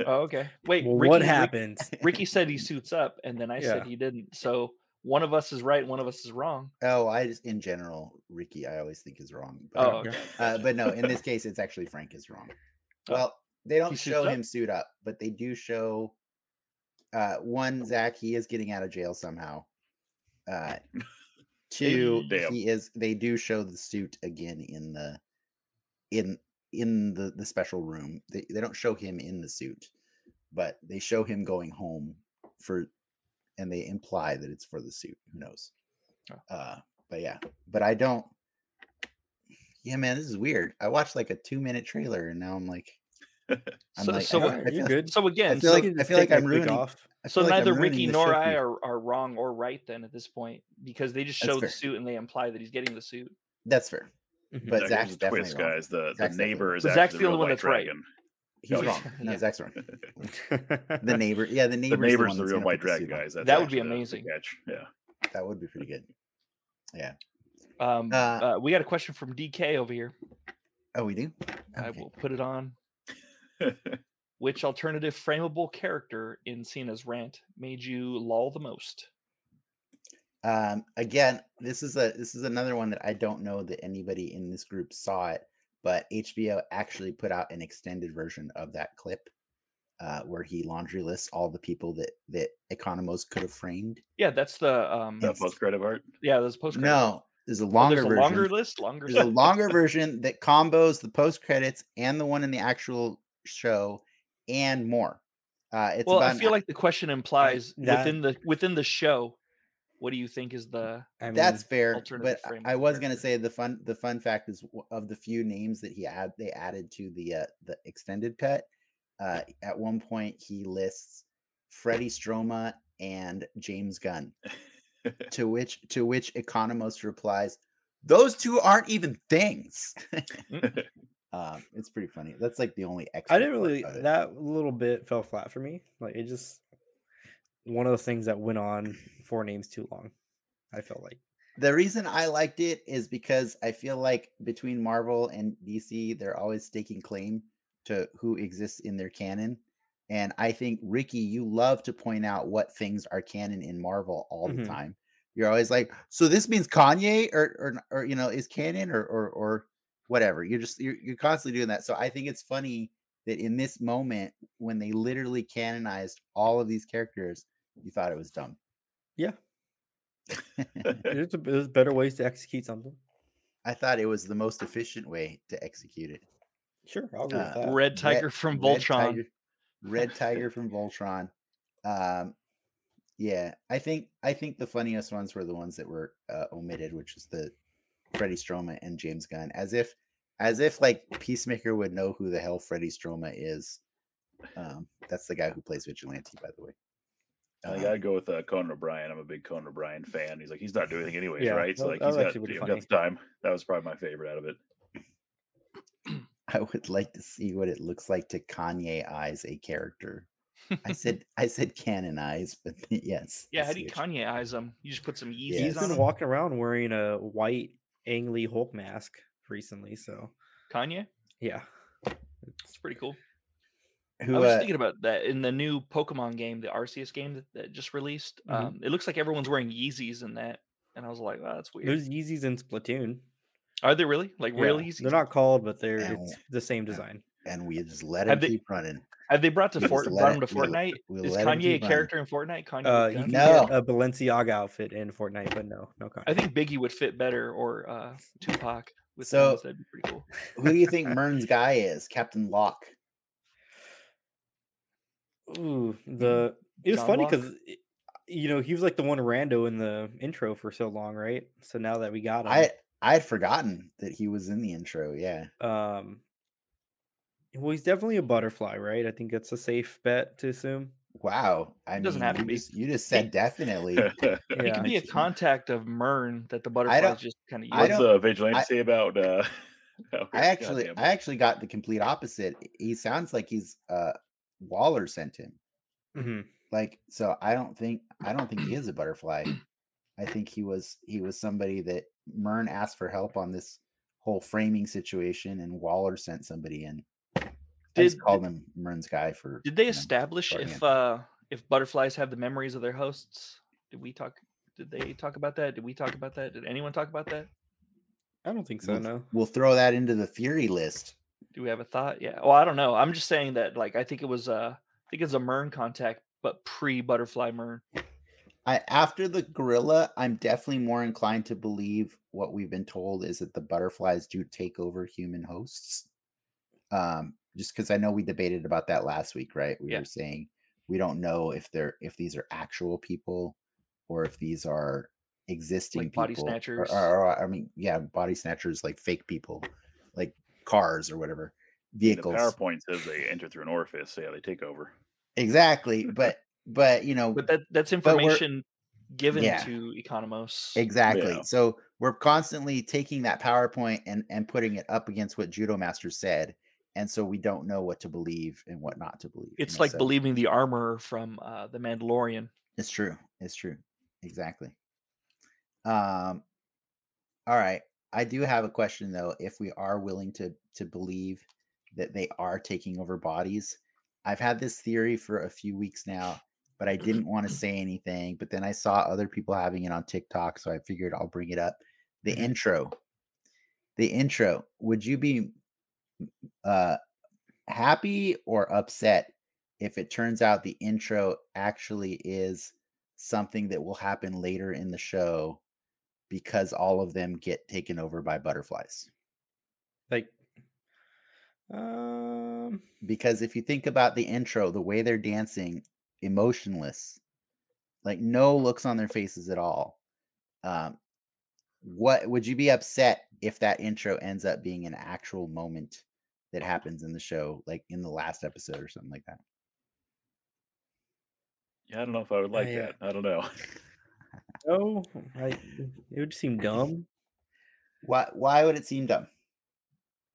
Oh, okay. Wait. Well, Ricky- what Rick- happens? Ricky said he suits up, and then I said Yeah. he didn't. So one of us is right, one of us is wrong. oh i just in general ricky i always think is wrong Oh, but- okay. Uh, but no, in this case, it's actually Frank is wrong. Oh. Well, they don't He suits show up? him suit up, but they do show uh, Oh. one Zach. He is getting out of jail somehow. Uh, two, Damn. he is. They do show the suit again in the in in the the special room. They they don't show him in the suit, but they show him going home for, and they imply that it's for the suit. Who knows? Uh, but yeah, but I don't. Yeah, man, this is weird. I watched like a two minute trailer, and now I'm like, I'm So, like, so, I what- feel- Alright, you're good. so again, feel so- like- You can I just feel like take that I'm pick ruining- off. I So feel like I'm neither ruining Ricky the nor show I here. are, are wrong or right then at this point because they just That's show the fair. suit and they imply that he's getting the suit. That's fair, Mm-hmm. Mhm. but Here's Zach's the definitely twist, wrong. guys. The, the Zach's definitely neighbor wrong. is Zach's actually the the only real one White that's right. Dragon. He's yeah. wrong. No, Zach's wrong. The neighbor, yeah, the neighbor. The neighbor's the that's real gonna White put the Dragon, suit on. guys. That's That would be actually the- the amazing. Catch. Yeah. That would be pretty good. Um, Uh, uh, we got a question from DK over here. Oh, we do. I Okay. will put it on. Which alternative frameable character in Cena's rant made you lol the most? Um, again, this is a this is another one that I don't know that anybody in this group saw it, but HBO actually put out an extended version of that clip uh, where he laundry lists all the people that that Economos could have framed. Yeah, that's the um, the post credit part. yeah, that's post. No, there's a oh, longer there's a version. longer list, longer. there's a longer version that combos the post credits and the one in the actual show and more. Uh, it's well, about I an feel like the question implies that- within the within the show, what do you think is the I mean, That's fair, alternative but I- framework I was gonna character. say the fun the fun fact is w- of the few names that he add they added to the uh, the extended cut. Uh, at one point, he lists Freddie Stroma and James Gunn, to which to which Economos replies, "Those two aren't even things." um, it's pretty funny. That's like the only extra. Mm. I didn't part really. of it. That little bit fell flat for me. Like it just one of those things that went on four names too long. I felt like The reason I liked it is because I feel like between Marvel and DC, they're always staking claim to who exists in their canon. And I think, Ricky, you love to point out what things are canon in Marvel all the Mhm. time. You're always like, so this means Kanye or, or, or you know, is canon or, or, or whatever. You're just, you're, you're constantly doing that. So I think it's funny that in this moment, when they literally canonized all of these characters, you thought it was dumb. Yeah. there's, a, there's better ways to execute something. I thought it was the most efficient way to execute it. Sure, I'll agree Uh, with that. Red Tiger from Red Voltron? Tiger, Red Tiger from Voltron. Um, yeah, I think I think the funniest ones were the ones that were uh, omitted, which is the Freddie Stroma and James Gunn, as if as if like Peacemaker would know who the hell Freddie Stroma is. Um, that's the guy who plays Vigilante, by the way. Oh, I Uh, gotta go with uh, Conan O'Brien. I'm a big Conan O'Brien fan. He's like he's not doing anything anyways, Yeah, right? So that- like that he's was got, actually pretty you know, got funny. the time. That was probably my favorite out of it. I would like to see what it looks like to Kanye eyes a character. I said I said canonize, but yes. Yeah, I how do see you what Kanye eyes them? You just put some Yeezys Yes. He's on been 'em? walking around wearing a white Ang Lee Hulk mask recently, so Kanye, yeah. it's pretty cool. you- I Who, was uh, just thinking about that in the new Pokemon game, the Arceus game that, that just released. Mhm. Mm-hmm. Um, it looks like everyone's wearing Yeezys in that, and I was like, wow, that's weird. There's Yeezys in Splatoon. Are they really like real Yeah, Yeezys? They're not called, but they're Ow. it's the same design. and we just let him Have they- keep running. Have they brought to Just Fort, let brought it- them to we'll- Fortnite? we'll Is let him Kanye a keep running. character in Fortnite? Kanye. Uh, with guns? you can No. get a Balenciaga outfit in Fortnite, but no, no I Kanye. think Biggie would fit better, or uh, Tupac with So- guns. That'd be pretty cool. Who do you think Mern's guy is? Captain Locke. Ooh, the it was John funny Locke? because you know he was like the one rando in the intro for so long, right? So now that we got I him, I had forgotten that he was in the intro. Yeah. um, well, he's definitely a butterfly, right? I think that's a safe bet to assume. Wow. I Doesn't mean, have you to be. Just, you just said definitely. He could Yeah, be a contact of Mern that the butterflies don't- just kind of I use. What's don't- uh, Vigilante I- say about? Uh, how- I actually goddamn, I actually got the complete opposite. He sounds like he's uh Waller sent him. hmm like so i don't think i don't think he is a butterfly i think he was he was somebody that mern asked for help on this whole framing situation and waller sent somebody in i just Did- called him mern's guy for Did they you know, establish sorry, if Anthony. uh, if butterflies have the memories of their hosts? Did we talk? Did they talk about that? Did we talk about that? Did anyone talk about that? I don't think so. Wolf- No, we'll throw that into the theory list Do we have a thought? Yeah. Well, I don't know. I'm just saying that. Like, I think it was. Uh, I think it's a Mern contact, but pre butterfly Mern. i after the gorilla i'm definitely more inclined to believe what we've been told is that the butterflies do take over human hosts um just because i know we debated about that last week right we Yeah. were saying we don't know if they're if these are actual people or if these are existing body people, or- snatchers. or, or, i mean yeah body snatchers like fake people like cars or whatever the vehicles PowerPoint says they enter through an orifice. So yeah, they take over. exactly but but you know But that that's we're- information given Yeah. to Economos. Exactly. Yeah. So we're constantly taking that PowerPoint and and putting it up against what Judo Master said, and so we don't know what to believe and what not to believe. you It's know, like so- believing the armor from uh, the Mandalorian. It's true. It's true. Exactly. Um. All right. I do have a question though. If we are willing to to believe that they are taking over bodies, I've had this theory for a few weeks now, but I didn't want to say anything. But then I saw other people having it on TikTok, so I figured I'll bring it up. The intro. The intro. Would you be uh happy or upset if it turns out the intro actually is something that will happen later in the show because all of them get taken over by butterflies. like, um, Because if you think about the intro, the way they're dancing, emotionless, like no looks on their faces at all. Um, what would you be upset if that intro ends up being an actual moment that happens in the show, like in the last episode or something like that? Yeah, I don't know if I would like yeah. that. I don't know. no, I, it would seem dumb. Why? Why would it seem dumb?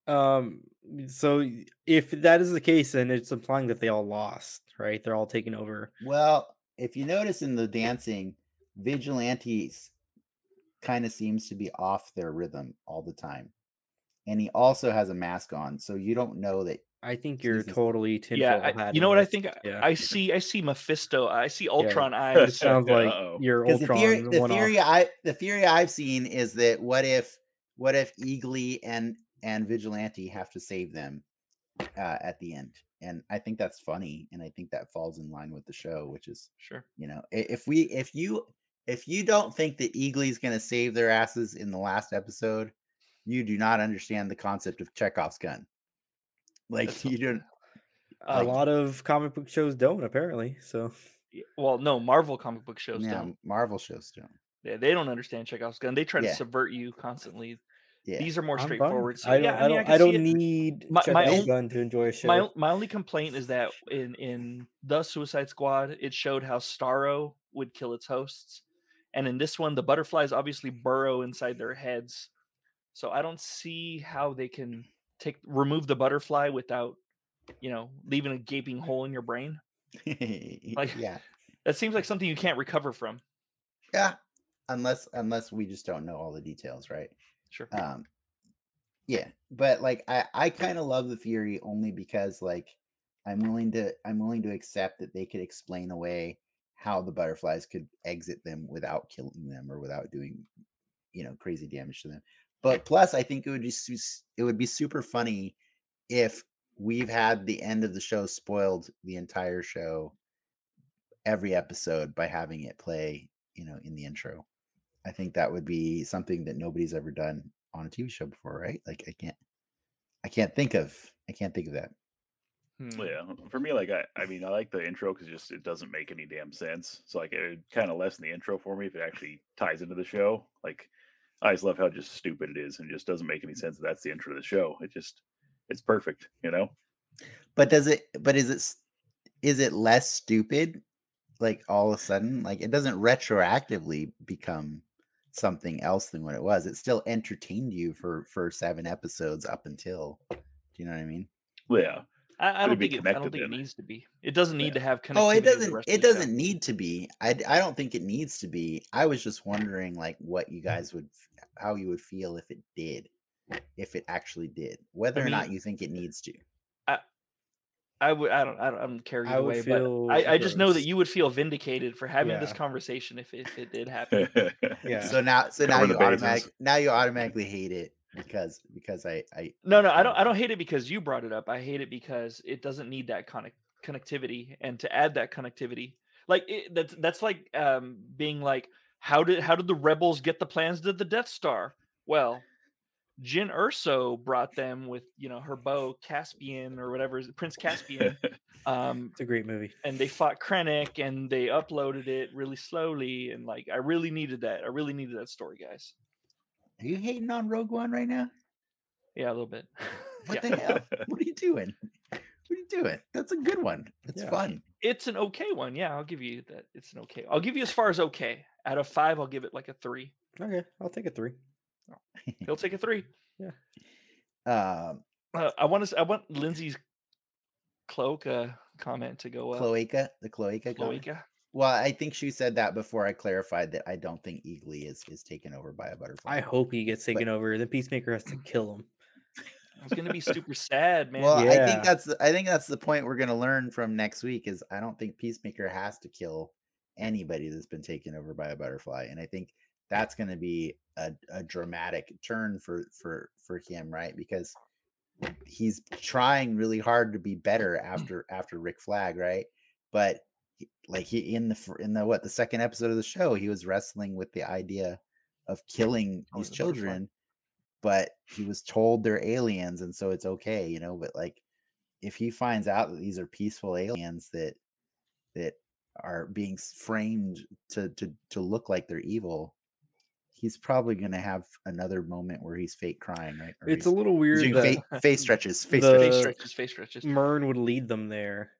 Um, so y- if that is the case, then it's implying that they all lost, right? They're all taken over. Well, if you notice in the dancing, vigilantes kind of seems to be off their rhythm all the time. And he also has a mask on, so you don't know that I think you're Jesus. totally tinfoil yeah, I- hat you know what I unless- think? I- Yeah. I see. I see Mephisto. I see Ultron eyes. sounds like Uh-oh. you're because the Ultron. theory, the one-off. theory I the theory I've seen is that what if what if Eagly and and Vigilante have to save them uh, at the end, and I think that's funny, and I think that falls in line with the show, which is Sure. you know i- if we if you if you don't think that Eagly's going to save their asses in the last episode you do not understand the concept of chekhov's gun like That's you don't a Uh, lot of comic book shows don't apparently. So y- well, no, Marvel comic book shows yeah, don't. marvel shows don't They, they don't understand Chekhov's gun. They try Yeah. to subvert you constantly Yeah. These are more I'm fine. straightforward. So I don't, yeah, I, mean, don't, I, I, can see don't it. need My- Check my Out own- gun to enjoy a show. My, o- my only complaint is that in in the Suicide Squad, it showed how Starro would kill its hosts, and in this one, the butterflies obviously burrow inside their heads. So I don't see how they can take remove the butterfly without, you know, leaving a gaping hole in your brain. Like- yeah. That seems like something you can't recover from. Yeah. Unless unless we just don't know all the details, right? Sure. Ah. um yeah but like i i kind of love the fury only because like i'm willing to i'm willing to accept that they could explain away how the butterflies could exit them without killing them or without doing you know crazy damage to them but plus i think it would just s- it would be super funny if we've had the end of the show spoiled the entire show every episode by having it play you know in the intro i think that would be something that nobody's ever done on a tv show before right like i can't i can't think of i can't think of that Hmm. Yeah, uh, for me, like I, I mean, I like the intro because just it doesn't make any damn sense. So like it kind of lessen the intro for me if it actually ties into the show. Like I just love how just stupid it is and just doesn't make any sense. That that's the intro to the show. It just it's perfect, you know. but does it but is it s- is it less stupid like all of a sudden like it doesn't retroactively become something else than what it was it still entertained you for for seven episodes up until do you know what i mean Yeah, I, I Would it don't be think it, I don't connected think it then? needs to be. It doesn't need Yeah. to have connectivity. Oh, it to the doesn't. rest of It the show. doesn't need to be. I d- I don't think it needs to be. I was just wondering, like, what Mm. you guys would, f- how you would feel if it did, if it actually did, whether or not mean, you think it needs to. I would. I don't. I don't, I don't care I either would way. feel But I, I just know that gross. you would feel vindicated for having this Yeah. conversation if it, if it did happen. yeah. yeah. So now, so now Cover you the bases. automatic, now you automatically hate it because because I I No, no, I don't. I don't hate it because you brought it up. I hate it because it doesn't need that connect connectivity. And to add that connectivity, like it, that's that's like um, being like, how did how did the rebels get the plans to the Death Star? Well, Jin Urso brought them with you know her bow Caspian or whatever is Prince Caspian. Um, It's a great movie. and they fought Krennic and they uploaded it really slowly and like I really needed that. I really needed that story, guys. Are you hating on Rogue One right now? Yeah, a little bit. yeah. What the hell? What are you doing? What are you doing? That's a good one. That's Yeah. fun. It's an okay one. Yeah, I'll give you that. It's an okay. I'll give you as far as okay. Out of 5, I'll give it like a 3. Okay, I'll take a three. He'll take a 3. Um, Uh, I want to I want Lindsay's cloak uh, comment to go up. cloaca, the cloaca. comment? Cloaca. Well, I think she said that before I clarified that I don't think Eagly is is taken over by a butterfly. I hope he gets taken over. Then Peacemaker has to kill him. It's going to be super sad, man. Well, I Yeah. think that's the, I think that's the point we're going to learn from next week is I don't think Peacemaker has to kill anybody that's been taken over by a butterfly, and I think that's going to be a, a dramatic turn for for for him, right? Because he's trying really hard to be better after after Rick Flag, right? But he- like he in the fir- in the what the second episode of the show, he was wrestling with the idea of killing Oh, Killing these the butterfly. children but he was told they're aliens and so it's okay you know but like if he finds out that these are peaceful aliens that that are being s- framed to to to look like they're evil he's probably going to have another moment where he's fake crying right Or It's a he's- little he's weird doing that fa- face stretches face the- stretches face uh, stretches, face stretches. Mern would lead them there.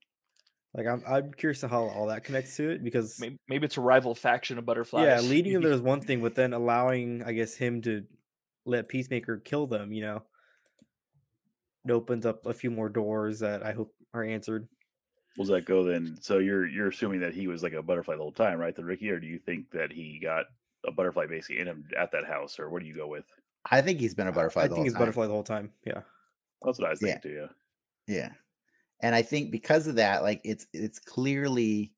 Like I'm, I'm curious to how all that connects to it because Maybe, maybe it's a rival faction of butterflies. yeah, leading them there is one thing, but then allowing, I guess, him to let Peacemaker kill them, you know, it opens up a few more doors that I hope are answered. Will that go then? So you're you're assuming that he was like a butterfly the whole time, right? The Ricky, or do you think that he got a butterfly basically in him at that house, or what do you go with? i think he's been a butterfly I the think whole he's time. butterfly the whole time. Yeah, That's what I was Yeah. thinking too. Yeah. Yeah. And I think because of that, like it's it's clearly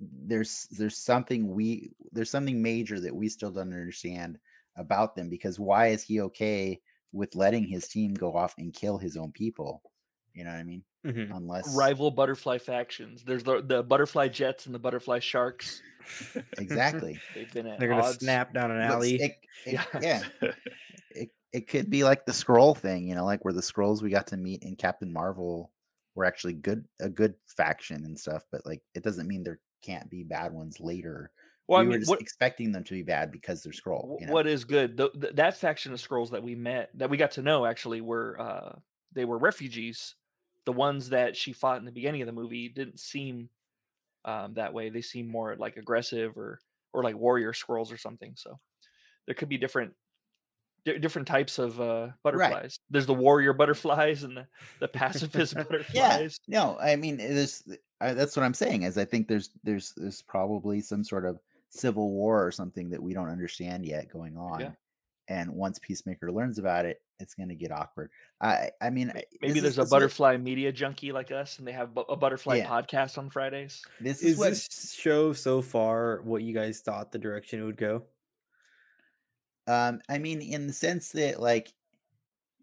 there's there's something we there's something major that we still don't understand about them because why is he okay with letting his team go off and kill his own people? You know what I mean? Mhm. Unless Mm, rival butterfly factions. There's the, the butterfly jets and the butterfly sharks. exactly. They've been at they're gonna odds. snap down an Looks- alley. It, it- Yeah. yeah. It, it could be like the scroll thing, you know, like where the scrolls we got to meet in Captain Marvel were actually good, a good faction and stuff, but like it doesn't mean there can't be bad ones later Well, we I were mean, just what, expecting them to be bad because they're scroll. wh- you know? what is good? Th th- that faction of scrolls that we met, that we got to know, actually were uh, they were refugees. The ones that she fought in the beginning of the movie didn't seem um, that way. They seem more like aggressive or or like warrior scrolls or something. So there could be different di- different types of uh, butterflies. There's the warrior butterflies and the, the pacifist butterflies. No, I mean this. I, that's what I'm saying. Is I think there's there's there's probably some sort of civil war or something that we don't understand yet going on. And once Peacemaker learns about it, it's going to get awkward. I I mean, I- Maybe this is- there's a this is what- butterfly media junkie like us, and they have bu- a butterfly Yeah. podcast on Fridays. This is, Is what this show so far what you guys thought the direction it would go? um i mean in the sense that like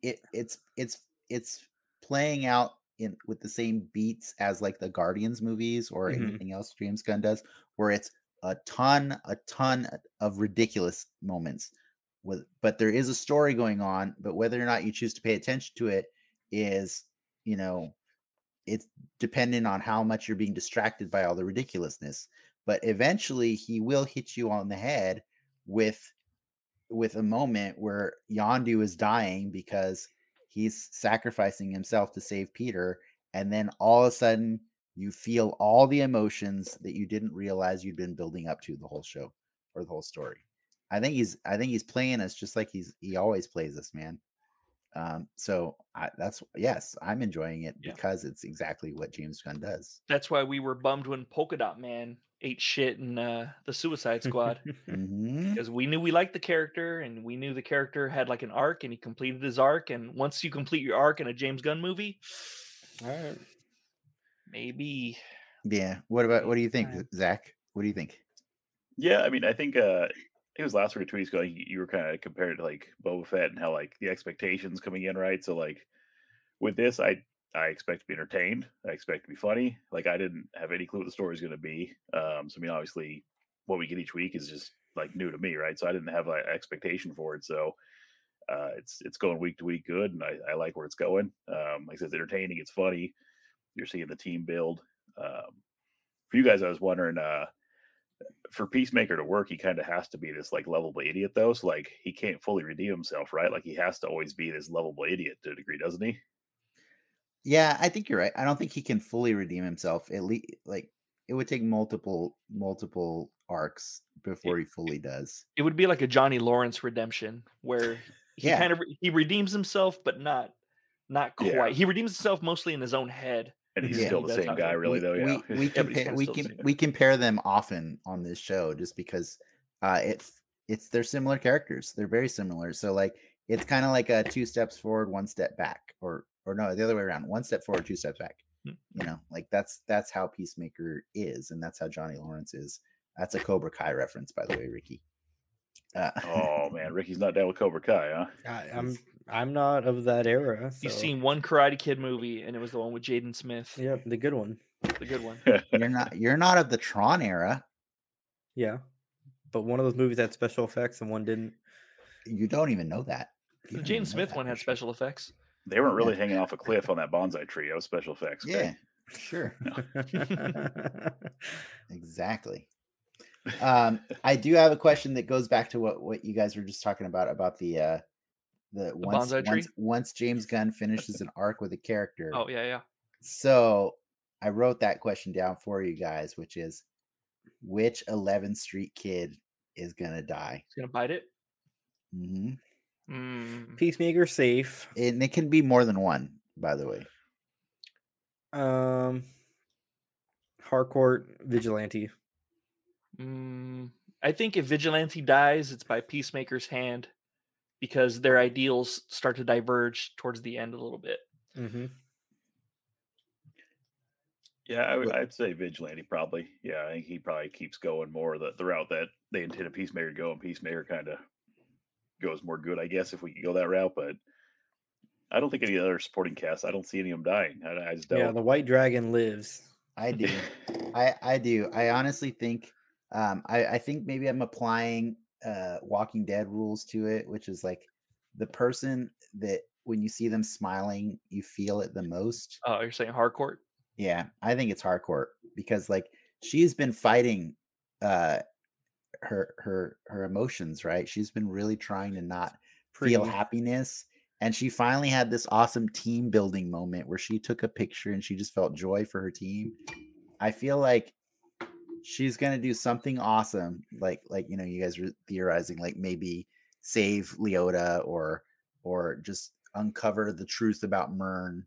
it it's it's it's playing out in with the same beats as like the guardians movies or Mhm. anything else james gunn does where it's a ton a ton of ridiculous moments with but there is a story going on but whether or not you choose to pay attention to it is you know it's dependent on how much you're being distracted by all the ridiculousness but eventually he will hit you on the head with with a moment where Yondu is dying because he's sacrificing himself to save Peter, and then all of a sudden you feel all the emotions that you didn't realize you'd been building up to the whole show or the whole story. I think he's I think he's playing us just like he's he always plays us, man. Um, so I, that's yes, I'm enjoying it Yeah. because it's exactly what James Gunn does. That's why we were bummed when Polka Dot Man ate shit in uh, the Suicide Squad Mhm. because we knew we liked the character and we knew the character had like an arc and he completed his arc. And once you complete your arc in a James Gunn movie, All right. maybe Yeah. What about what do you think, Alright. Zach? What do you think? Yeah, I mean, I think uh it was last week two weeks ago. You, you were kind of compared to like Boba Fett and how like the expectations coming in, right? So like with this, I I expect to be entertained. I expect to be funny. Like I didn't have any clue what the story was going to be. Um, so I mean, obviously, what we get each week is just like new to me, right? So I didn't have an expectation for it. So uh, it's it's going week to week good, and I, I like where it's going. Um, like I said, it's entertaining. It's funny. You're seeing the team build. Um, for you guys, I was wondering. uh for Peacemaker to work, he kind of has to be this like lovable idiot, though. So like he can't fully redeem himself, right? Like he has to always be this lovable idiot to a degree, doesn't he? Yeah, I think you're right. I don't think he can fully redeem himself. At least, like, it would take multiple multiple arcs before he fully does. it would be like a Johnny Lawrence redemption where he Yeah. kind of he redeems himself, but not not Yeah. quite. He redeems himself mostly in his own head. And he's Yeah, still he the does same have guy, that. really, we, though. Yeah, we, we, Yeah, but compare, he's kinda we, still the com- same guy. we compare them often on this show just because uh, it's it's they're similar characters. They're very similar. So like, it's kind of like a two steps forward, one step back, or or no, the other way around, one step forward, two steps back. Hmm. Mm. You know, like that's that's how Peacemaker is, and that's how Johnny Lawrence is. That's a Cobra Kai reference, by the way, Ricky. Uh, oh man, Ricky's not down with Cobra Kai, huh? I, I'm I'm not of that era. So. You've seen one Karate Kid movie, and it was the one with Jaden Smith, Yep, the good one. the good one. You're not you're not of the Tron era. Yeah. But one of those movies had special effects and one didn't. You don't even know that. You don't The even Jaden know Smith that one for had sure. special effects. They weren't really hanging off a cliff on that bonsai tree. That was special effects. Yeah, okay? sure. All Exactly. Um, I do have a question that goes back to what what you guys were just talking about about the uh the, once, bonsai tree? once once James Gunn finishes an arc with a character. Oh yeah, yeah. So I wrote that question down for you guys, which is which 11th Street kid is gonna die? He's gonna bite it. hmm Mm-hmm. Mm. Peacemaker safe. And it can be more than one, by the way. Um Harcourt vigilante. Mm, I think if Vigilante dies, it's by Peacemaker's hand because their ideals start to diverge towards the end a little bit. Mm-hmm. yeah. I would, Well- I'd say vigilante probably. Yeah, I think he probably keeps going more the, the route that they intended Peacemaker to go, and Peacemaker kind of goes more good, I guess, if we could go that route. But I don't think any other supporting cast. I don't see any of them dying. I, I just don't. Yeah, the white dragon lives. I do. I I do. I honestly think um I I think maybe I'm applying uh Walking Dead rules to it, which is like the person that when you see them smiling, you feel it the most. Oh, you're saying Hardcourt? Yeah, I think it's Harcourt because like she's been fighting uh her her her emotions right she's been really trying to not feel Pretty. happiness and she finally had this awesome team building moment where she took a picture and she just felt joy for her team i feel like she's going to do something awesome like like you know you guys were theorizing like maybe save leota or or just uncover the truth about mern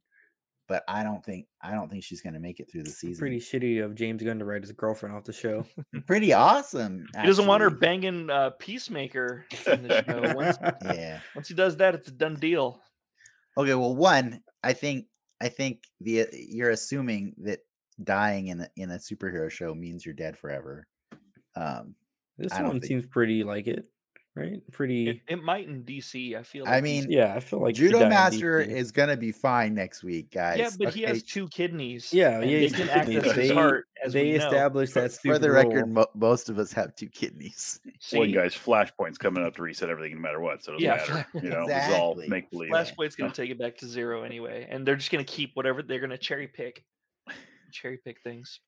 but i don't think i don't think she's going to make it through the season Pretty shitty of James Gunn to write his girlfriend off the show. pretty awesome He doesn't want her actually. banging uh, Peacemaker in the Uh, show. Once, yeah once he does that, it's a done deal. Okay, well, one, I think I think the you're assuming that dying in a, in a superhero show means you're dead forever. Um, This I don't one think- seems pretty like it, right? It, Pretty. it might in DC. I feel. I like he's- mean, Yeah, I feel like he died Judo in Master DC. is gonna be fine next week, guys. yeah, but he okay? has two kidneys. Yeah, and yeah, They he's can got kidneys. access his They- heart. As They we know. established that For stupid the record, rule. mo- most of us have two kidneys. Well, See? you guys, Flashpoint's coming up to reset everything, no matter what. So it doesn't Yeah, matter. Flash- You know, it's all Exactly. make believe. Flashpoint's going to take it back to zero anyway, and they're just going to keep whatever they're going to cherry pick, cherry pick things.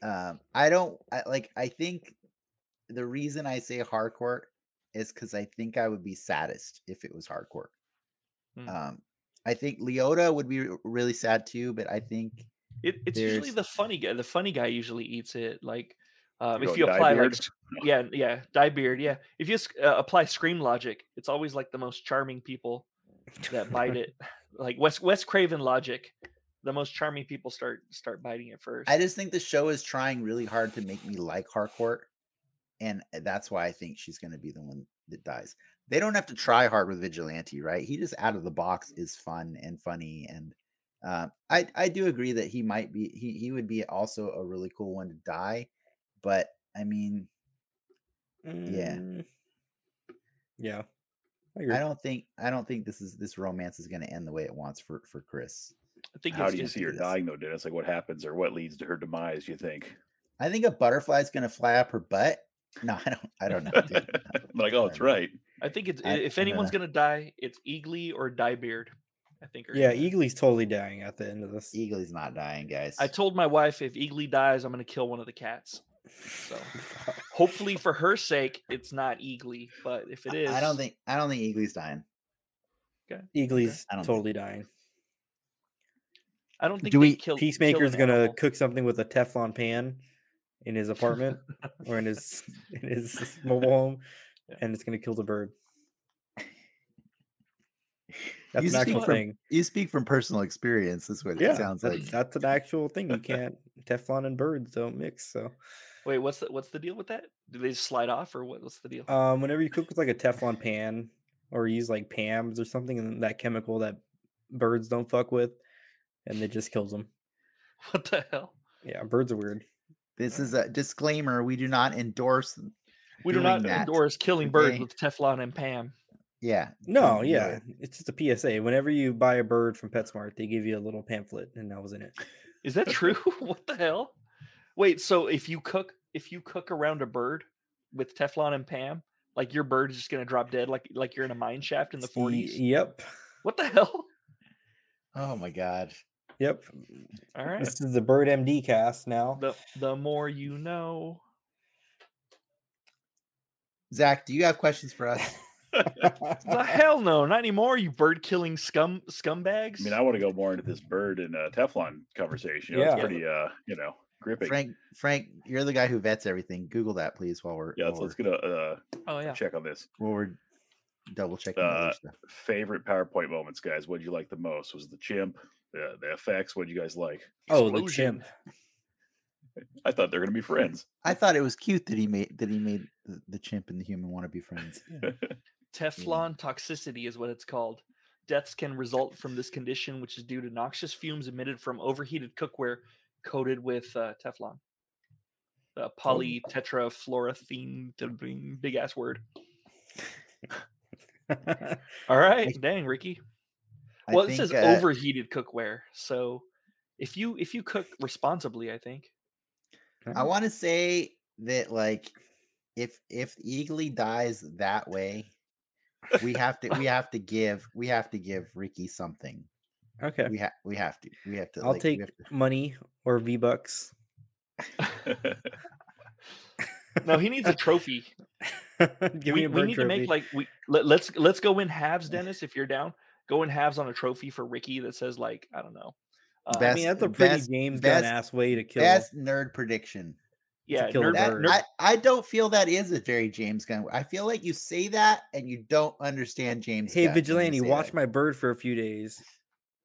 Um, I don't I, like. I think the reason I say hardcore is because I think I would be saddest if it was hardcore. Hmm. Um, I think Leota would be r- really sad too, but I think It, it's usually There's- the funny guy. The funny guy usually eats it. Like um, You're if going you apply, like, Diebeard? sc- yeah, yeah, dye beard, yeah. If you s- uh, apply scream logic, it's always like the most charming people that bite it. Like Wes Wes Craven logic, the most charming people start start biting it first. I just think the show is trying really hard to make me like Harcourt, and eh, that's why I think she's going to be the one that dies. They don't have to try hard with Vigilante, right? He just out of the box is fun and funny, and uh, I I do agree that he might be he he would be also a really cool one to die, but I mean yeah. Mm. Yeah. I I agree. don't think I don't think this is this romance is going to end the way it wants for for Chris. I think How it's do you just see her Yes. dying though, Dennis? Like what happens or what leads to her demise? Do you think? I think a butterfly's going to fly up her butt. No, I don't I don't know. dude. like, oh, it's right. I think it's I- if I don't anyone's know. gonna die, it's Eagly or Diebeard. I think. are Yeah, gonna die. Eagly's totally dying at the end of this. Eagle's not dying, guys. I told my wife if Eagly dies, I'm gonna kill one of the cats. So hopefully for her sake, it's not Eagly. But if it is, I don't think I don't think Eagly's dying. Eagly's I don't think- totally dying. I don't think Do they we- kill, Peacemaker's kill an gonna animal. cook something with a Teflon pan in his apartment or in his in his mobile home, Yeah. and it's gonna kill the bird. That's You an actual speak from- thing. You speak from personal experience. That's what Yeah, it sounds that's, like. that's an actual thing. You can't Teflon and birds don't mix. So, Wait, what's the what's the deal with that? Do they just slide off or what, what's the Uh, deal? um, whenever you cook with like a Teflon pan or use like PAMs or something, and that chemical that birds don't fuck with, and it just kills them. What the hell? Yeah, birds are weird. this is a disclaimer. We do not endorse. We do doing not that. endorse killing birds Okay. with Teflon and Pam. Yeah. No, don't do yeah, it. it's just a PSA. Whenever you buy a bird from PetSmart, they give you a little pamphlet, and that was in it. Is that true? what the hell? Wait, so if you cook if you cook around a bird with Teflon and Pam, like your bird is just gonna drop dead like like you're in a mine shaft in the Y- forties. Yep, What the hell? Oh my god. yep. All right. This is the Bird MD cast now. The the more you know. Zach, do you have questions for us? The hell no, not anymore, you bird killing scum scumbags. I mean, I want to go more into this bird and uh, Teflon conversation. You know, Yeah. It's pretty, uh, you know, gripping. Frank, Frank, you're the guy who vets everything. Google that, please, while we're yeah, while, let's, let's get a uh, oh yeah. check on this. we're, while we're double checking. the other Uh, stuff. Favorite PowerPoint moments, guys. What would you like the most? Was it the chimp? The, the effects? What would you guys like? oh, the Explosion. chimp. I thought they're gonna be friends. I thought it was cute that he made that he made the, the chimp and the human want to be friends. Yeah. Teflon toxicity is what it's called. Deaths can result from this condition, which is due to noxious fumes emitted from overheated cookware coated with uh, Teflon. Uh, polytetrafluorethene, to bring- big ass word. All right, dang, Ricky. I Well, this think, is uh, overheated cookware, so if you if you cook responsibly, I think I want to say that like if if Eagly dies that way, we have to we have to give we have to give Ricky something. okay. We have we have to we have to. I'll like, we take have to- money or V bucks. No, he needs a trophy. we, Give me a we bird need to trophy. Mm. make like we let, let's let's go in halves, Dennis. If you're down, go in halves on a trophy for Ricky that says like I don't know. Uh, I Best- mean, that's a pretty best- James best- Gunn ass way to kill. Best nerd prediction. yeah, kill a nerd, That, bird. I, I don't feel that is a very James Gunn. I feel like you say that and you don't understand James. Hey, Gunn when you vigilante, say watch that. my bird for a few days.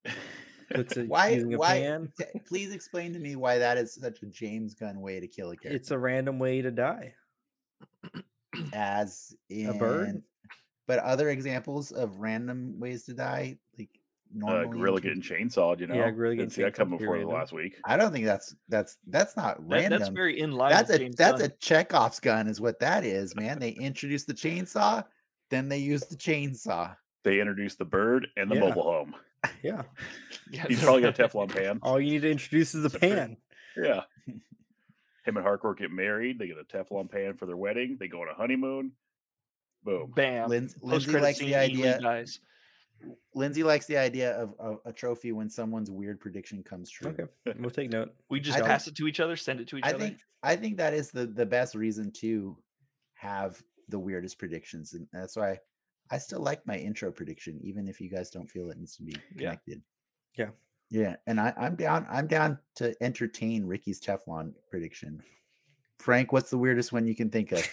Cooks it Why- using a why- pan. T- Please explain to me why that is such a James Gunn way to kill a character. It's a random way to die. as in a bird? But other examples of random ways to die, like uh, normally, gorilla you getting chainsawed. You know, Yeah, gorilla getting Didn't see that chainsawed coming pretty before the random. last week. I don't think that's that's that's not That- random. that's very in line. that's with a James that's Gunn. a Chekhov's gun, is what that is, man. They introduced the chainsaw, then they used the chainsaw. They introduced the bird and the Yeah. mobile home. Yeah. Yeah, He's so- probably got a Teflon pan. All you need to introduce is the pretty- pan. Yeah. Him and Hardcore get married. They get a Teflon pan for their wedding. They go on a honeymoon. Boom. Bam. Linds- Lindsay Post-credit likes the scene, Ely idea. dies. Lindsay likes the idea of, of a trophy when someone's weird prediction comes true. Okay. We'll take note. We just I think- pass it to each other, send it to each I other. think I think that is the the best reason to have the weirdest predictions, and that's why I still like my intro prediction, even if you guys don't feel it needs to be Yeah. connected. Yeah. yeah, and I, I'm down. I'm down to entertain Ricky's Teflon prediction. Frank, what's the weirdest one you can think of?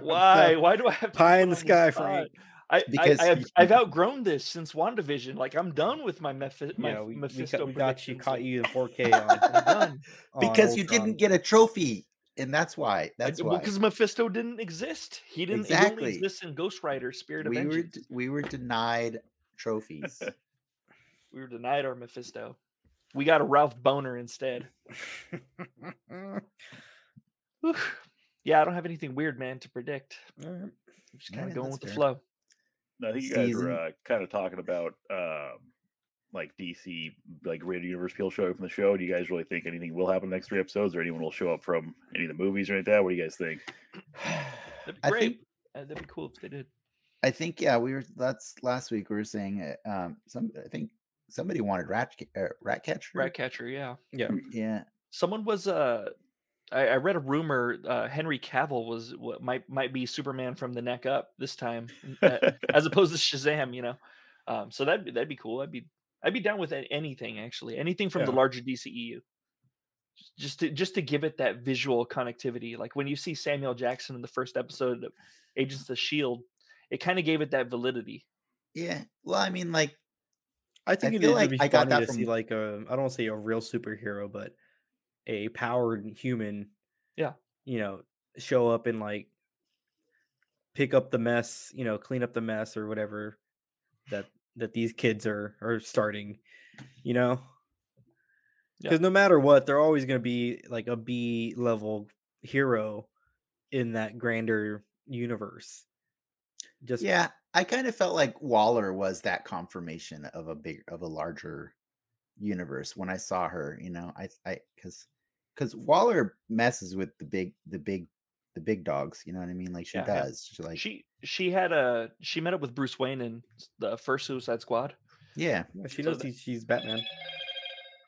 Why? Why do I have to Pie put in the on sky, spot? Frank. I, Because I, I have, you- I've outgrown this since WandaVision. Like I'm done with my, Mephi- my yeah, we, we, Mephisto got, we got you predictions. caught Like, you in 4K on, I'm done. on because you Ultron. didn't get a trophy, and that's why. That's why. because Mephisto didn't exist. He didn't Exactly. he only exists in Ghost Rider, Spirit we of were Vengeance. d- we were denied trophies. we were denied our Mephisto. We got a Ralph Boner instead. Whew. Yeah, I don't have anything weird, man, to predict. Alright. I'm just kind Yeah, of going that's with the fair. flow. I think you guys Season- were uh, kind of talking about um, like DC, like Greater Universe people show up from the show. Do you guys really think anything will happen in the next three episodes, or anyone will show up from any of the movies or anything like that? What do you guys think? That'd be I great. think Uh, that'd be cool if they did. I think yeah, we were that's last week we were saying uh, um some I think somebody wanted rat ca- uh, rat catcher. Ratcatcher, yeah. Yeah. Someone was uh I, I read a rumor uh Henry Cavill was what might might be Superman from the neck up this time n- uh, as opposed to Shazam, you know. Um so that'd be that'd be cool. I'd be I'd be down with a- anything actually. Anything from the Yeah. larger DCEU. J- Just to just to give it that visual connectivity. Like when you see Samuel Jackson in the first episode of Agents of the Shield, E it kind of gave it that validity. Yeah. Well, I mean like I think it'd feel like it'd be I got funny that to see from- like a I don't want to say a real superhero, but a powered human. Yeah. You know, show up and like pick up the mess, you know, clean up the mess or whatever that that these kids are are starting, you know? Yeah. Because no matter what, they're always gonna be like a B level hero in that grander universe. Just yeah, I kind of felt like Waller was that confirmation of a big of a larger universe when I saw her, you know. I I cuz cuz Waller messes with the big the big the big dogs, you know what I mean? Like she Yeah, yeah. does. She like she she had a she met up with Bruce Wayne in s- the first Suicide Squad. yeah. yeah, she So knows that- he- she's Batman.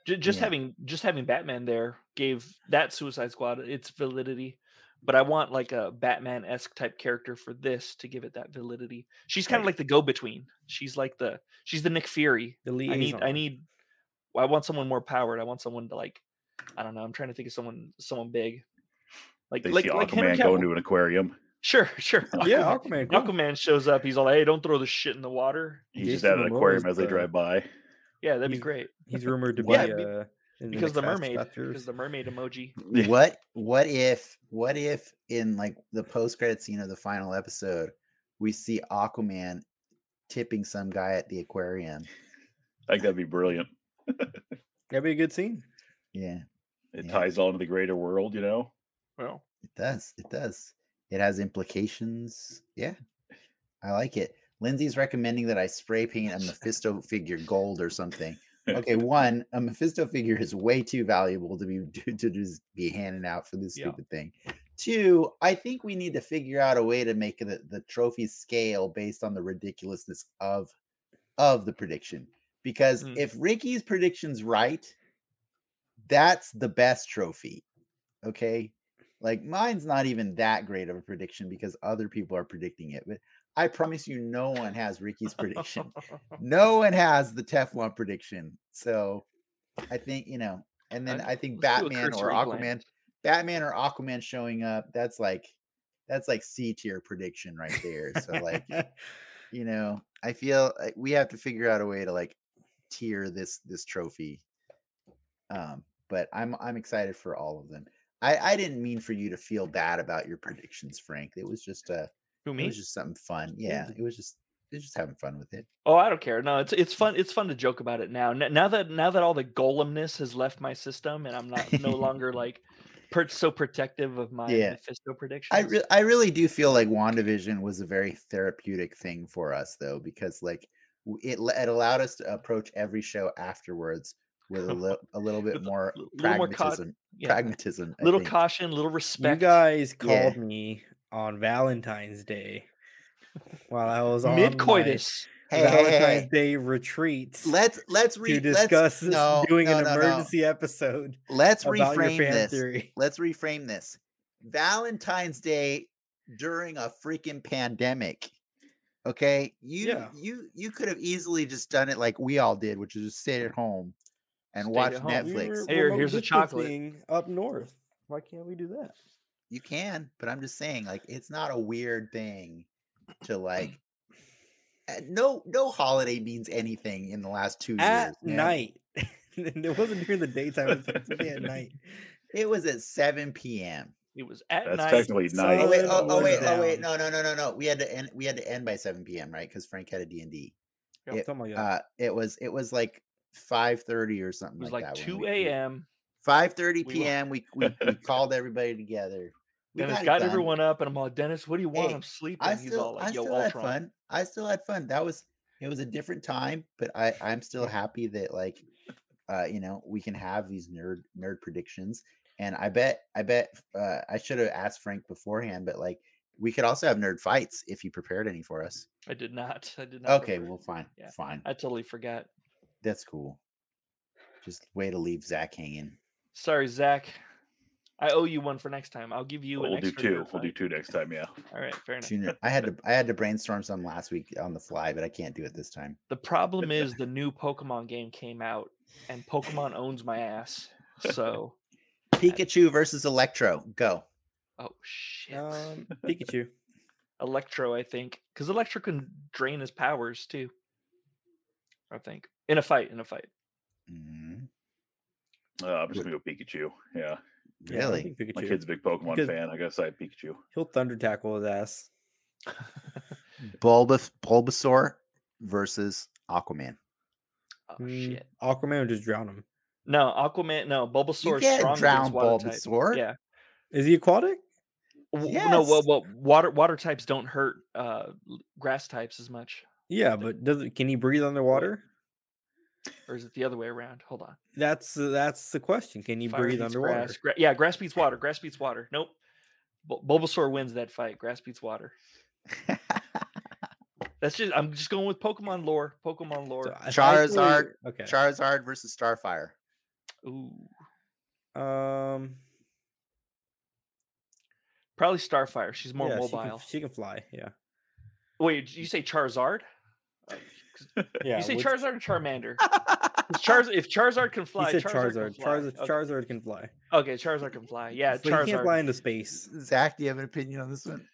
J- just Yeah. having just having Batman there gave that Suicide Squad its validity. But I want like a Batman esque type character for this to give it that validity. She's kind of Right. like the go between. She's like the she's the Nick Fury. The I need I liaison. need I want someone more powered. I want someone to like I don't know. I'm trying to think of someone someone big. Like They like see like Henry Aquaman go Cavill. into an aquarium. Sure, sure. yeah, Aquaman. Aquaman. cool. Aquaman shows up. He's all, "Hey, don't throw the shit in the water." He's just Jason at an Momoa's aquarium as they the- drive by. Yeah, that'd be He's- great He's rumored to be Yeah, uh, be- in because next the Fast mermaid, Fast because Furious. the mermaid emoji. what what if what if in like the post credit scene of the final episode we see aquaman tipping some guy at the aquarium I think that'd be brilliant. That'd be a good scene. yeah It Yeah. ties all into the greater world, you know. Well, it does it does it has implications yeah i like it lindsay's recommending that i spray paint a mephisto figure gold or something okay one a mephisto figure is way too valuable to be to, to just be handing out for this Yeah. stupid thing two i think we need to figure out a way to make the, the trophy scale based on the ridiculousness of of the prediction because Mm. if ricky's prediction's right that's the best trophy okay Like mine's not even that great of a prediction because other people are predicting it, but I promise you, no one has Ricky's prediction. no one has the Teflon prediction. So I think you know, and then Okay, I think let's do a Batman or cursory Aquaman, glance. Batman or Aquaman showing up. That's like that's like C tier prediction right there. So like you know, I feel like we have to figure out a way to like tier this this trophy. Um, but I'm I'm excited for all of them. I I didn't mean for you to feel bad about your predictions, Frank. It was just uh Who it me? was just something fun. Yeah, it was just it was just having fun with it. Oh, I don't care. No, it's it's fun. It's fun to joke about it now. N- Now that now that all the golemness has left my system, and I'm not no longer like per- so protective of my Yeah. Mephisto predictions. I re- I really do feel like WandaVision was a very therapeutic thing for us though because like w- it l- it allowed us to approach every show afterwards with a little a little bit With a more l- little more cau- pragmatism yeah. pragmatism I little think. caution, little You respect. guys Yeah. called me on Valentine's Day while I was on my Mid coitus. Hey, hey, Valentine's hey, hey. Day retreat let's let's to re- discuss let's, this- no, doing no, an no, no. emergency episode Let's about your reframe fan this. theory. Let's reframe this. Valentine's Day during a freaking pandemic. Okay, you Yeah. you you could have easily just done it like we all did, which is just stay at home and Stayed watch at Oh, home. Netflix. Here, remote here's a chocolate. up north. Why can't we do that? You can, but I'm just saying, like, it's not a weird thing to like. uh, No, no holiday means anything in the last two At years. man. night. it wasn't during the daytime. It was supposed to be at night. it was at 7 p.m. It was at That's night. technically so- Oh night. wait! Sun Oh, oh was wait! Oh wait! down. No! No! No! No! No! We had to end. We had to end by seven p.m. Right? Because Frank had a D and D. Yep. Oh my God. Uh, it was it was like five thirty or something. It was like, like that two a.m. Five thirty We were- p.m. We we, we called everybody together. We Dennis it got done. everyone up, and I'm all, Dennis, what do you want? Hey, I'm sleeping. I He's still all I like, Yo, still had Ultron. fun. I still had fun. That was it was a different time, but I I'm still happy that like uh you know we can have these nerd nerd predictions. And I bet I bet uh, I should have asked Frank beforehand, but like we could also have nerd fights if he prepared any for us. I did not. I did not. Okay, remember. well, fine, Yeah. fine. I totally forgot. That's cool. Just way to leave Zach hanging. Sorry, Zach. I owe you one for next time. I'll give you. an We'll do extra two. nerd We'll do fight. two next time. Yeah. All right, fair enough. Junior, I had to I had to brainstorm some last week on the fly, but I can't do it this time. The problem is the new Pokemon game came out, and Pokemon owns my ass. So, Pikachu versus Electro, go. oh shit, Um, Pikachu. Electro, I think, because Electro can drain his powers too. I think in a fight, in a fight. Mhm. Uh, I'm just gonna go Pikachu. Yeah. Yeah, I Really? think My Pikachu. kid's a big Pokemon Because- fan. I guess I have Pikachu. He'll thunder tackle his ass. Oh, Bulbas- Bulbasaur versus Aquaman. Oh Mm, shit. Aquaman would just drown him. No, Aquaman. No, You Bulbasaur is can't stronger drown against water type. Bulbasaur. Yeah. Is he aquatic? W- No, well, Yes. well, water water types don't hurt uh, l- grass types as much, Yeah, but does it, can he breathe underwater? or is it the other way around? Hold on. That's that's the question. Can you Fire breathe beats underwater? Grass. Gra- yeah, grass beats water. Grass beats water. Nope. Bul- Bulbasaur wins that fight. Grass beats water. That's just. I'm just going with Pokemon lore. Pokemon So lore. I- I feel Charizard- like- Okay. Charizard versus Starfire. Ooh. um. Probably Starfire. She's more yeah, she can- mobile. She can, fly. Yeah. Wait, did you say Charizard? Yeah. you say which- Charizard or Charmander? 'Cause Charz- if Charizard can fly, He said Charizard. Charizard. Can fly. Charizard. okay. Charizard can fly. okay, Charizard can fly. Yeah, So Charizard. He can't fly into space. Zach, do you have an opinion on this one?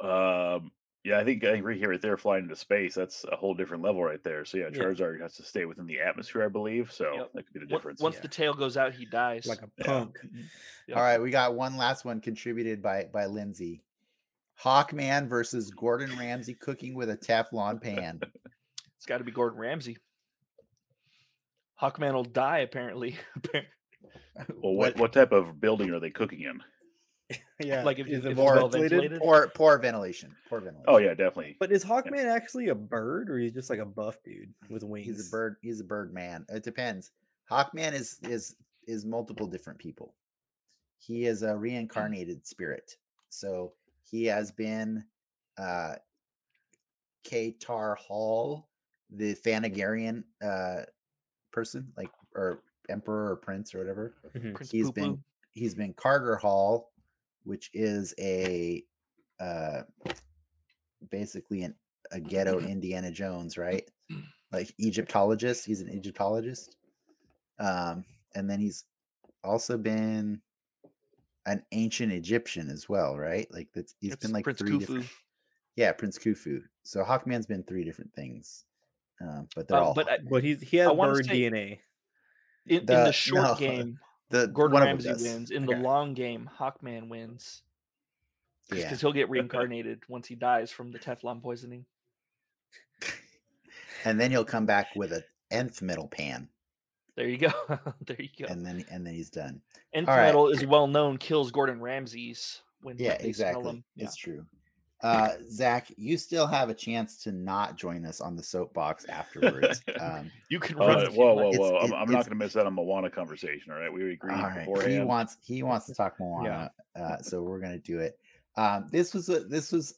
Um, yeah, I think I agree here. Right there, flying into space—that's a whole different level right there. So yeah, Yeah. Charizard has to stay within the atmosphere, I believe. So Yep. that could be the Wa- difference. Once the tail goes out, he dies. Like a Yeah. punk. Yep. All right, we got one last one contributed by by Lindsay. Hawkman versus Gordon Ramsay cooking with a Teflon pan. It's got to be Gordon Ramsay. Hawkman will die apparently. Appar- Well, what, what type of building are they cooking in? Yeah. Like if- is if it it's well more ventilated? ventilated? Poor poor ventilation. Poor ventilation. Oh yeah, definitely. But is Hawkman actually a bird, or he's just like a buff dude with wings? He's a bird. He's a bird man. It depends. Hawkman is is is multiple different people. He is a reincarnated spirit. So he has been uh Katar Hall, the Thanagarian uh person, like or emperor or prince or whatever. Prince He's Poo been Poo. he's been Carter Hall, which is a uh, basically an, a ghetto Mm-hmm. Indiana Jones, right? Mm. Like Egyptologist. He's an Egyptologist. Um, and then he's also been an ancient Egyptian as well, right? Like that's he's It's been like Prince three Khufu. different. Yeah, Prince Khufu. So Hawkman's been three different things, um, but they're Um, all. but I- Hawkman. But he's he has wanna bird say- DNA. In, in The- the short no, game, the Gordon one of them Ramsay does. wins. In Okay. the long game, Hawkman wins because yeah. he'll get reincarnated once he dies from the Teflon poisoning. and then he'll come back with a nth metal pan, There you go. there you go. and then and then he's done. Nth all right. metal is well known. Kills Gordon Ramsay's when Yeah, they smell exactly. him. Yeah. It's true. Uh, Zach, you still have a chance to not join us on the soapbox afterwards. um, You can All run. right, the Uh, game whoa, whoa, like- it's- whoa! it- I'm, I'm not it's- going to miss out on Moana conversation. All right, we agreed all right, he beforehand. wants he wants to talk Moana, uh, so we're gonna do it. Um, this was a, this was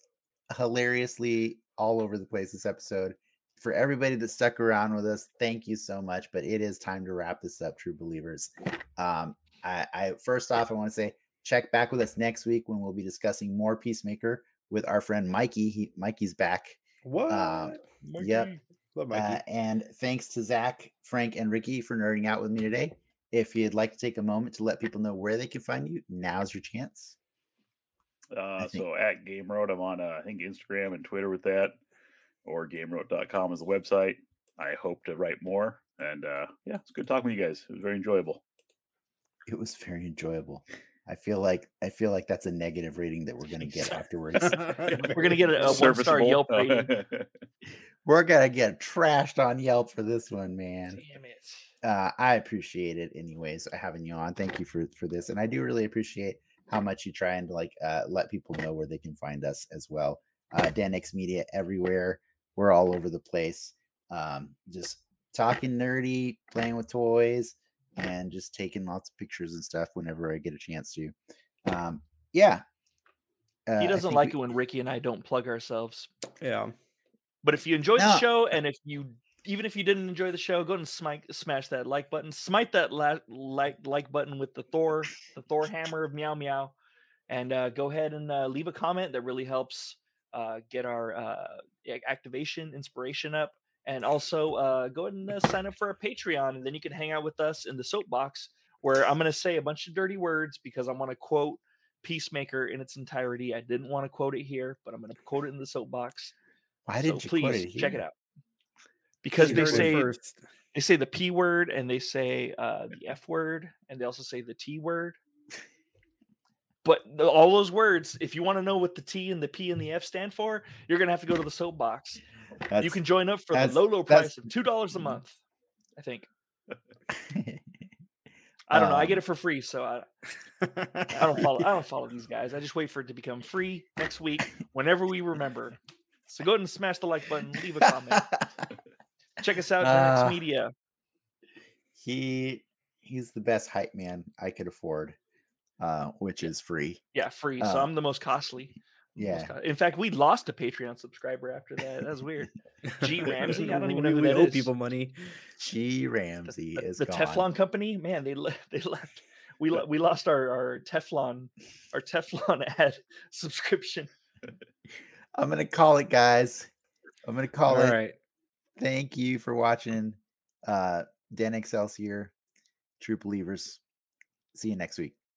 hilariously all over the place this episode. For everybody that stuck around with us, thank you so much. But it is time to wrap this up, true believers. Um, I, I first off, I want to say check back with us next week when we'll be discussing more Peacemaker with our friend Mikey. He, Mikey's back. What? yep. Mikey. Love Mikey. Uh, and thanks to Zach, Frank, and Ricky for nerding out with me today. If you'd like to take a moment to let people know where they can find you, now's your chance. I Uh, think- so at Game Road, I'm on uh, I think Instagram and Twitter with that, or GameRoad.com is the website. I hope to write more, and uh, yeah, it's good talking with you guys. It was very enjoyable. It was very enjoyable. I feel like I feel like that's a negative rating that we're gonna get afterwards. We're gonna get a, a one-star Serviceable. Oh. Uh, Yelp rating. we're gonna get trashed on Yelp for this one, man. Damn it! Uh, I appreciate it, anyways. uh, Having you on, thank you for for this, and I do really appreciate how much you try and like uh, let people know where they can find us as well. Uh, Dan X Media everywhere. We're all over the place. Um, just talking nerdy, playing with toys, and just taking lots of pictures and stuff whenever I get a chance to. Um, yeah. Uh, I He doesn't think like we- it when Ricky and I don't plug ourselves. yeah. But if you enjoyed No. the show, and if you even if you didn't enjoy the show, go and smite, smash that like button. Smite that la- like like button with the Thor the Thor hammer of meow meow, and uh, go ahead and uh, leave a comment. That really helps uh, get our uh, ac- activation inspiration up. And also uh, go ahead and uh, sign up for our Patreon, and then you can hang out with us in the soapbox, where I'm going to say a bunch of dirty words because I want to quote Peacemaker in its entirety. I didn't want to quote it here, but I'm going to quote it in the soapbox. Why So did you please quote it check it here? out because You they heard it say first. they say the p word and they say uh, the f word and they also say the t word. But the- all those words, if you want to know what the T and the P and the F stand for, you're gonna have to go to the soapbox. you That's- can join up for the that's- low low that's- price of two dollars a month. I think I don't know. I get Um, it for free, so I, I don't follow. I don't follow these guys. I just wait for it to become free next week whenever we remember. So go ahead and smash the like button, leave a comment, check us out on Uh, X Media. he he's the best hype man I could afford, uh, which is free. Yeah, free. So Uh, I'm the most costly. I'm the most yeah. co- In fact, we lost a Patreon subscriber after that. That's weird. G Ramsey, I don't even know We- who we that owe is. people money. G Ramsey The, is the gone. Teflon company, man, they le- they left. We lo- we lost our our Teflon our Teflon ad subscription. I'm gonna call it, guys. I'm gonna call All it. right. Thank you for watching. Uh, Dan Excelsior, True Believers. See you next week.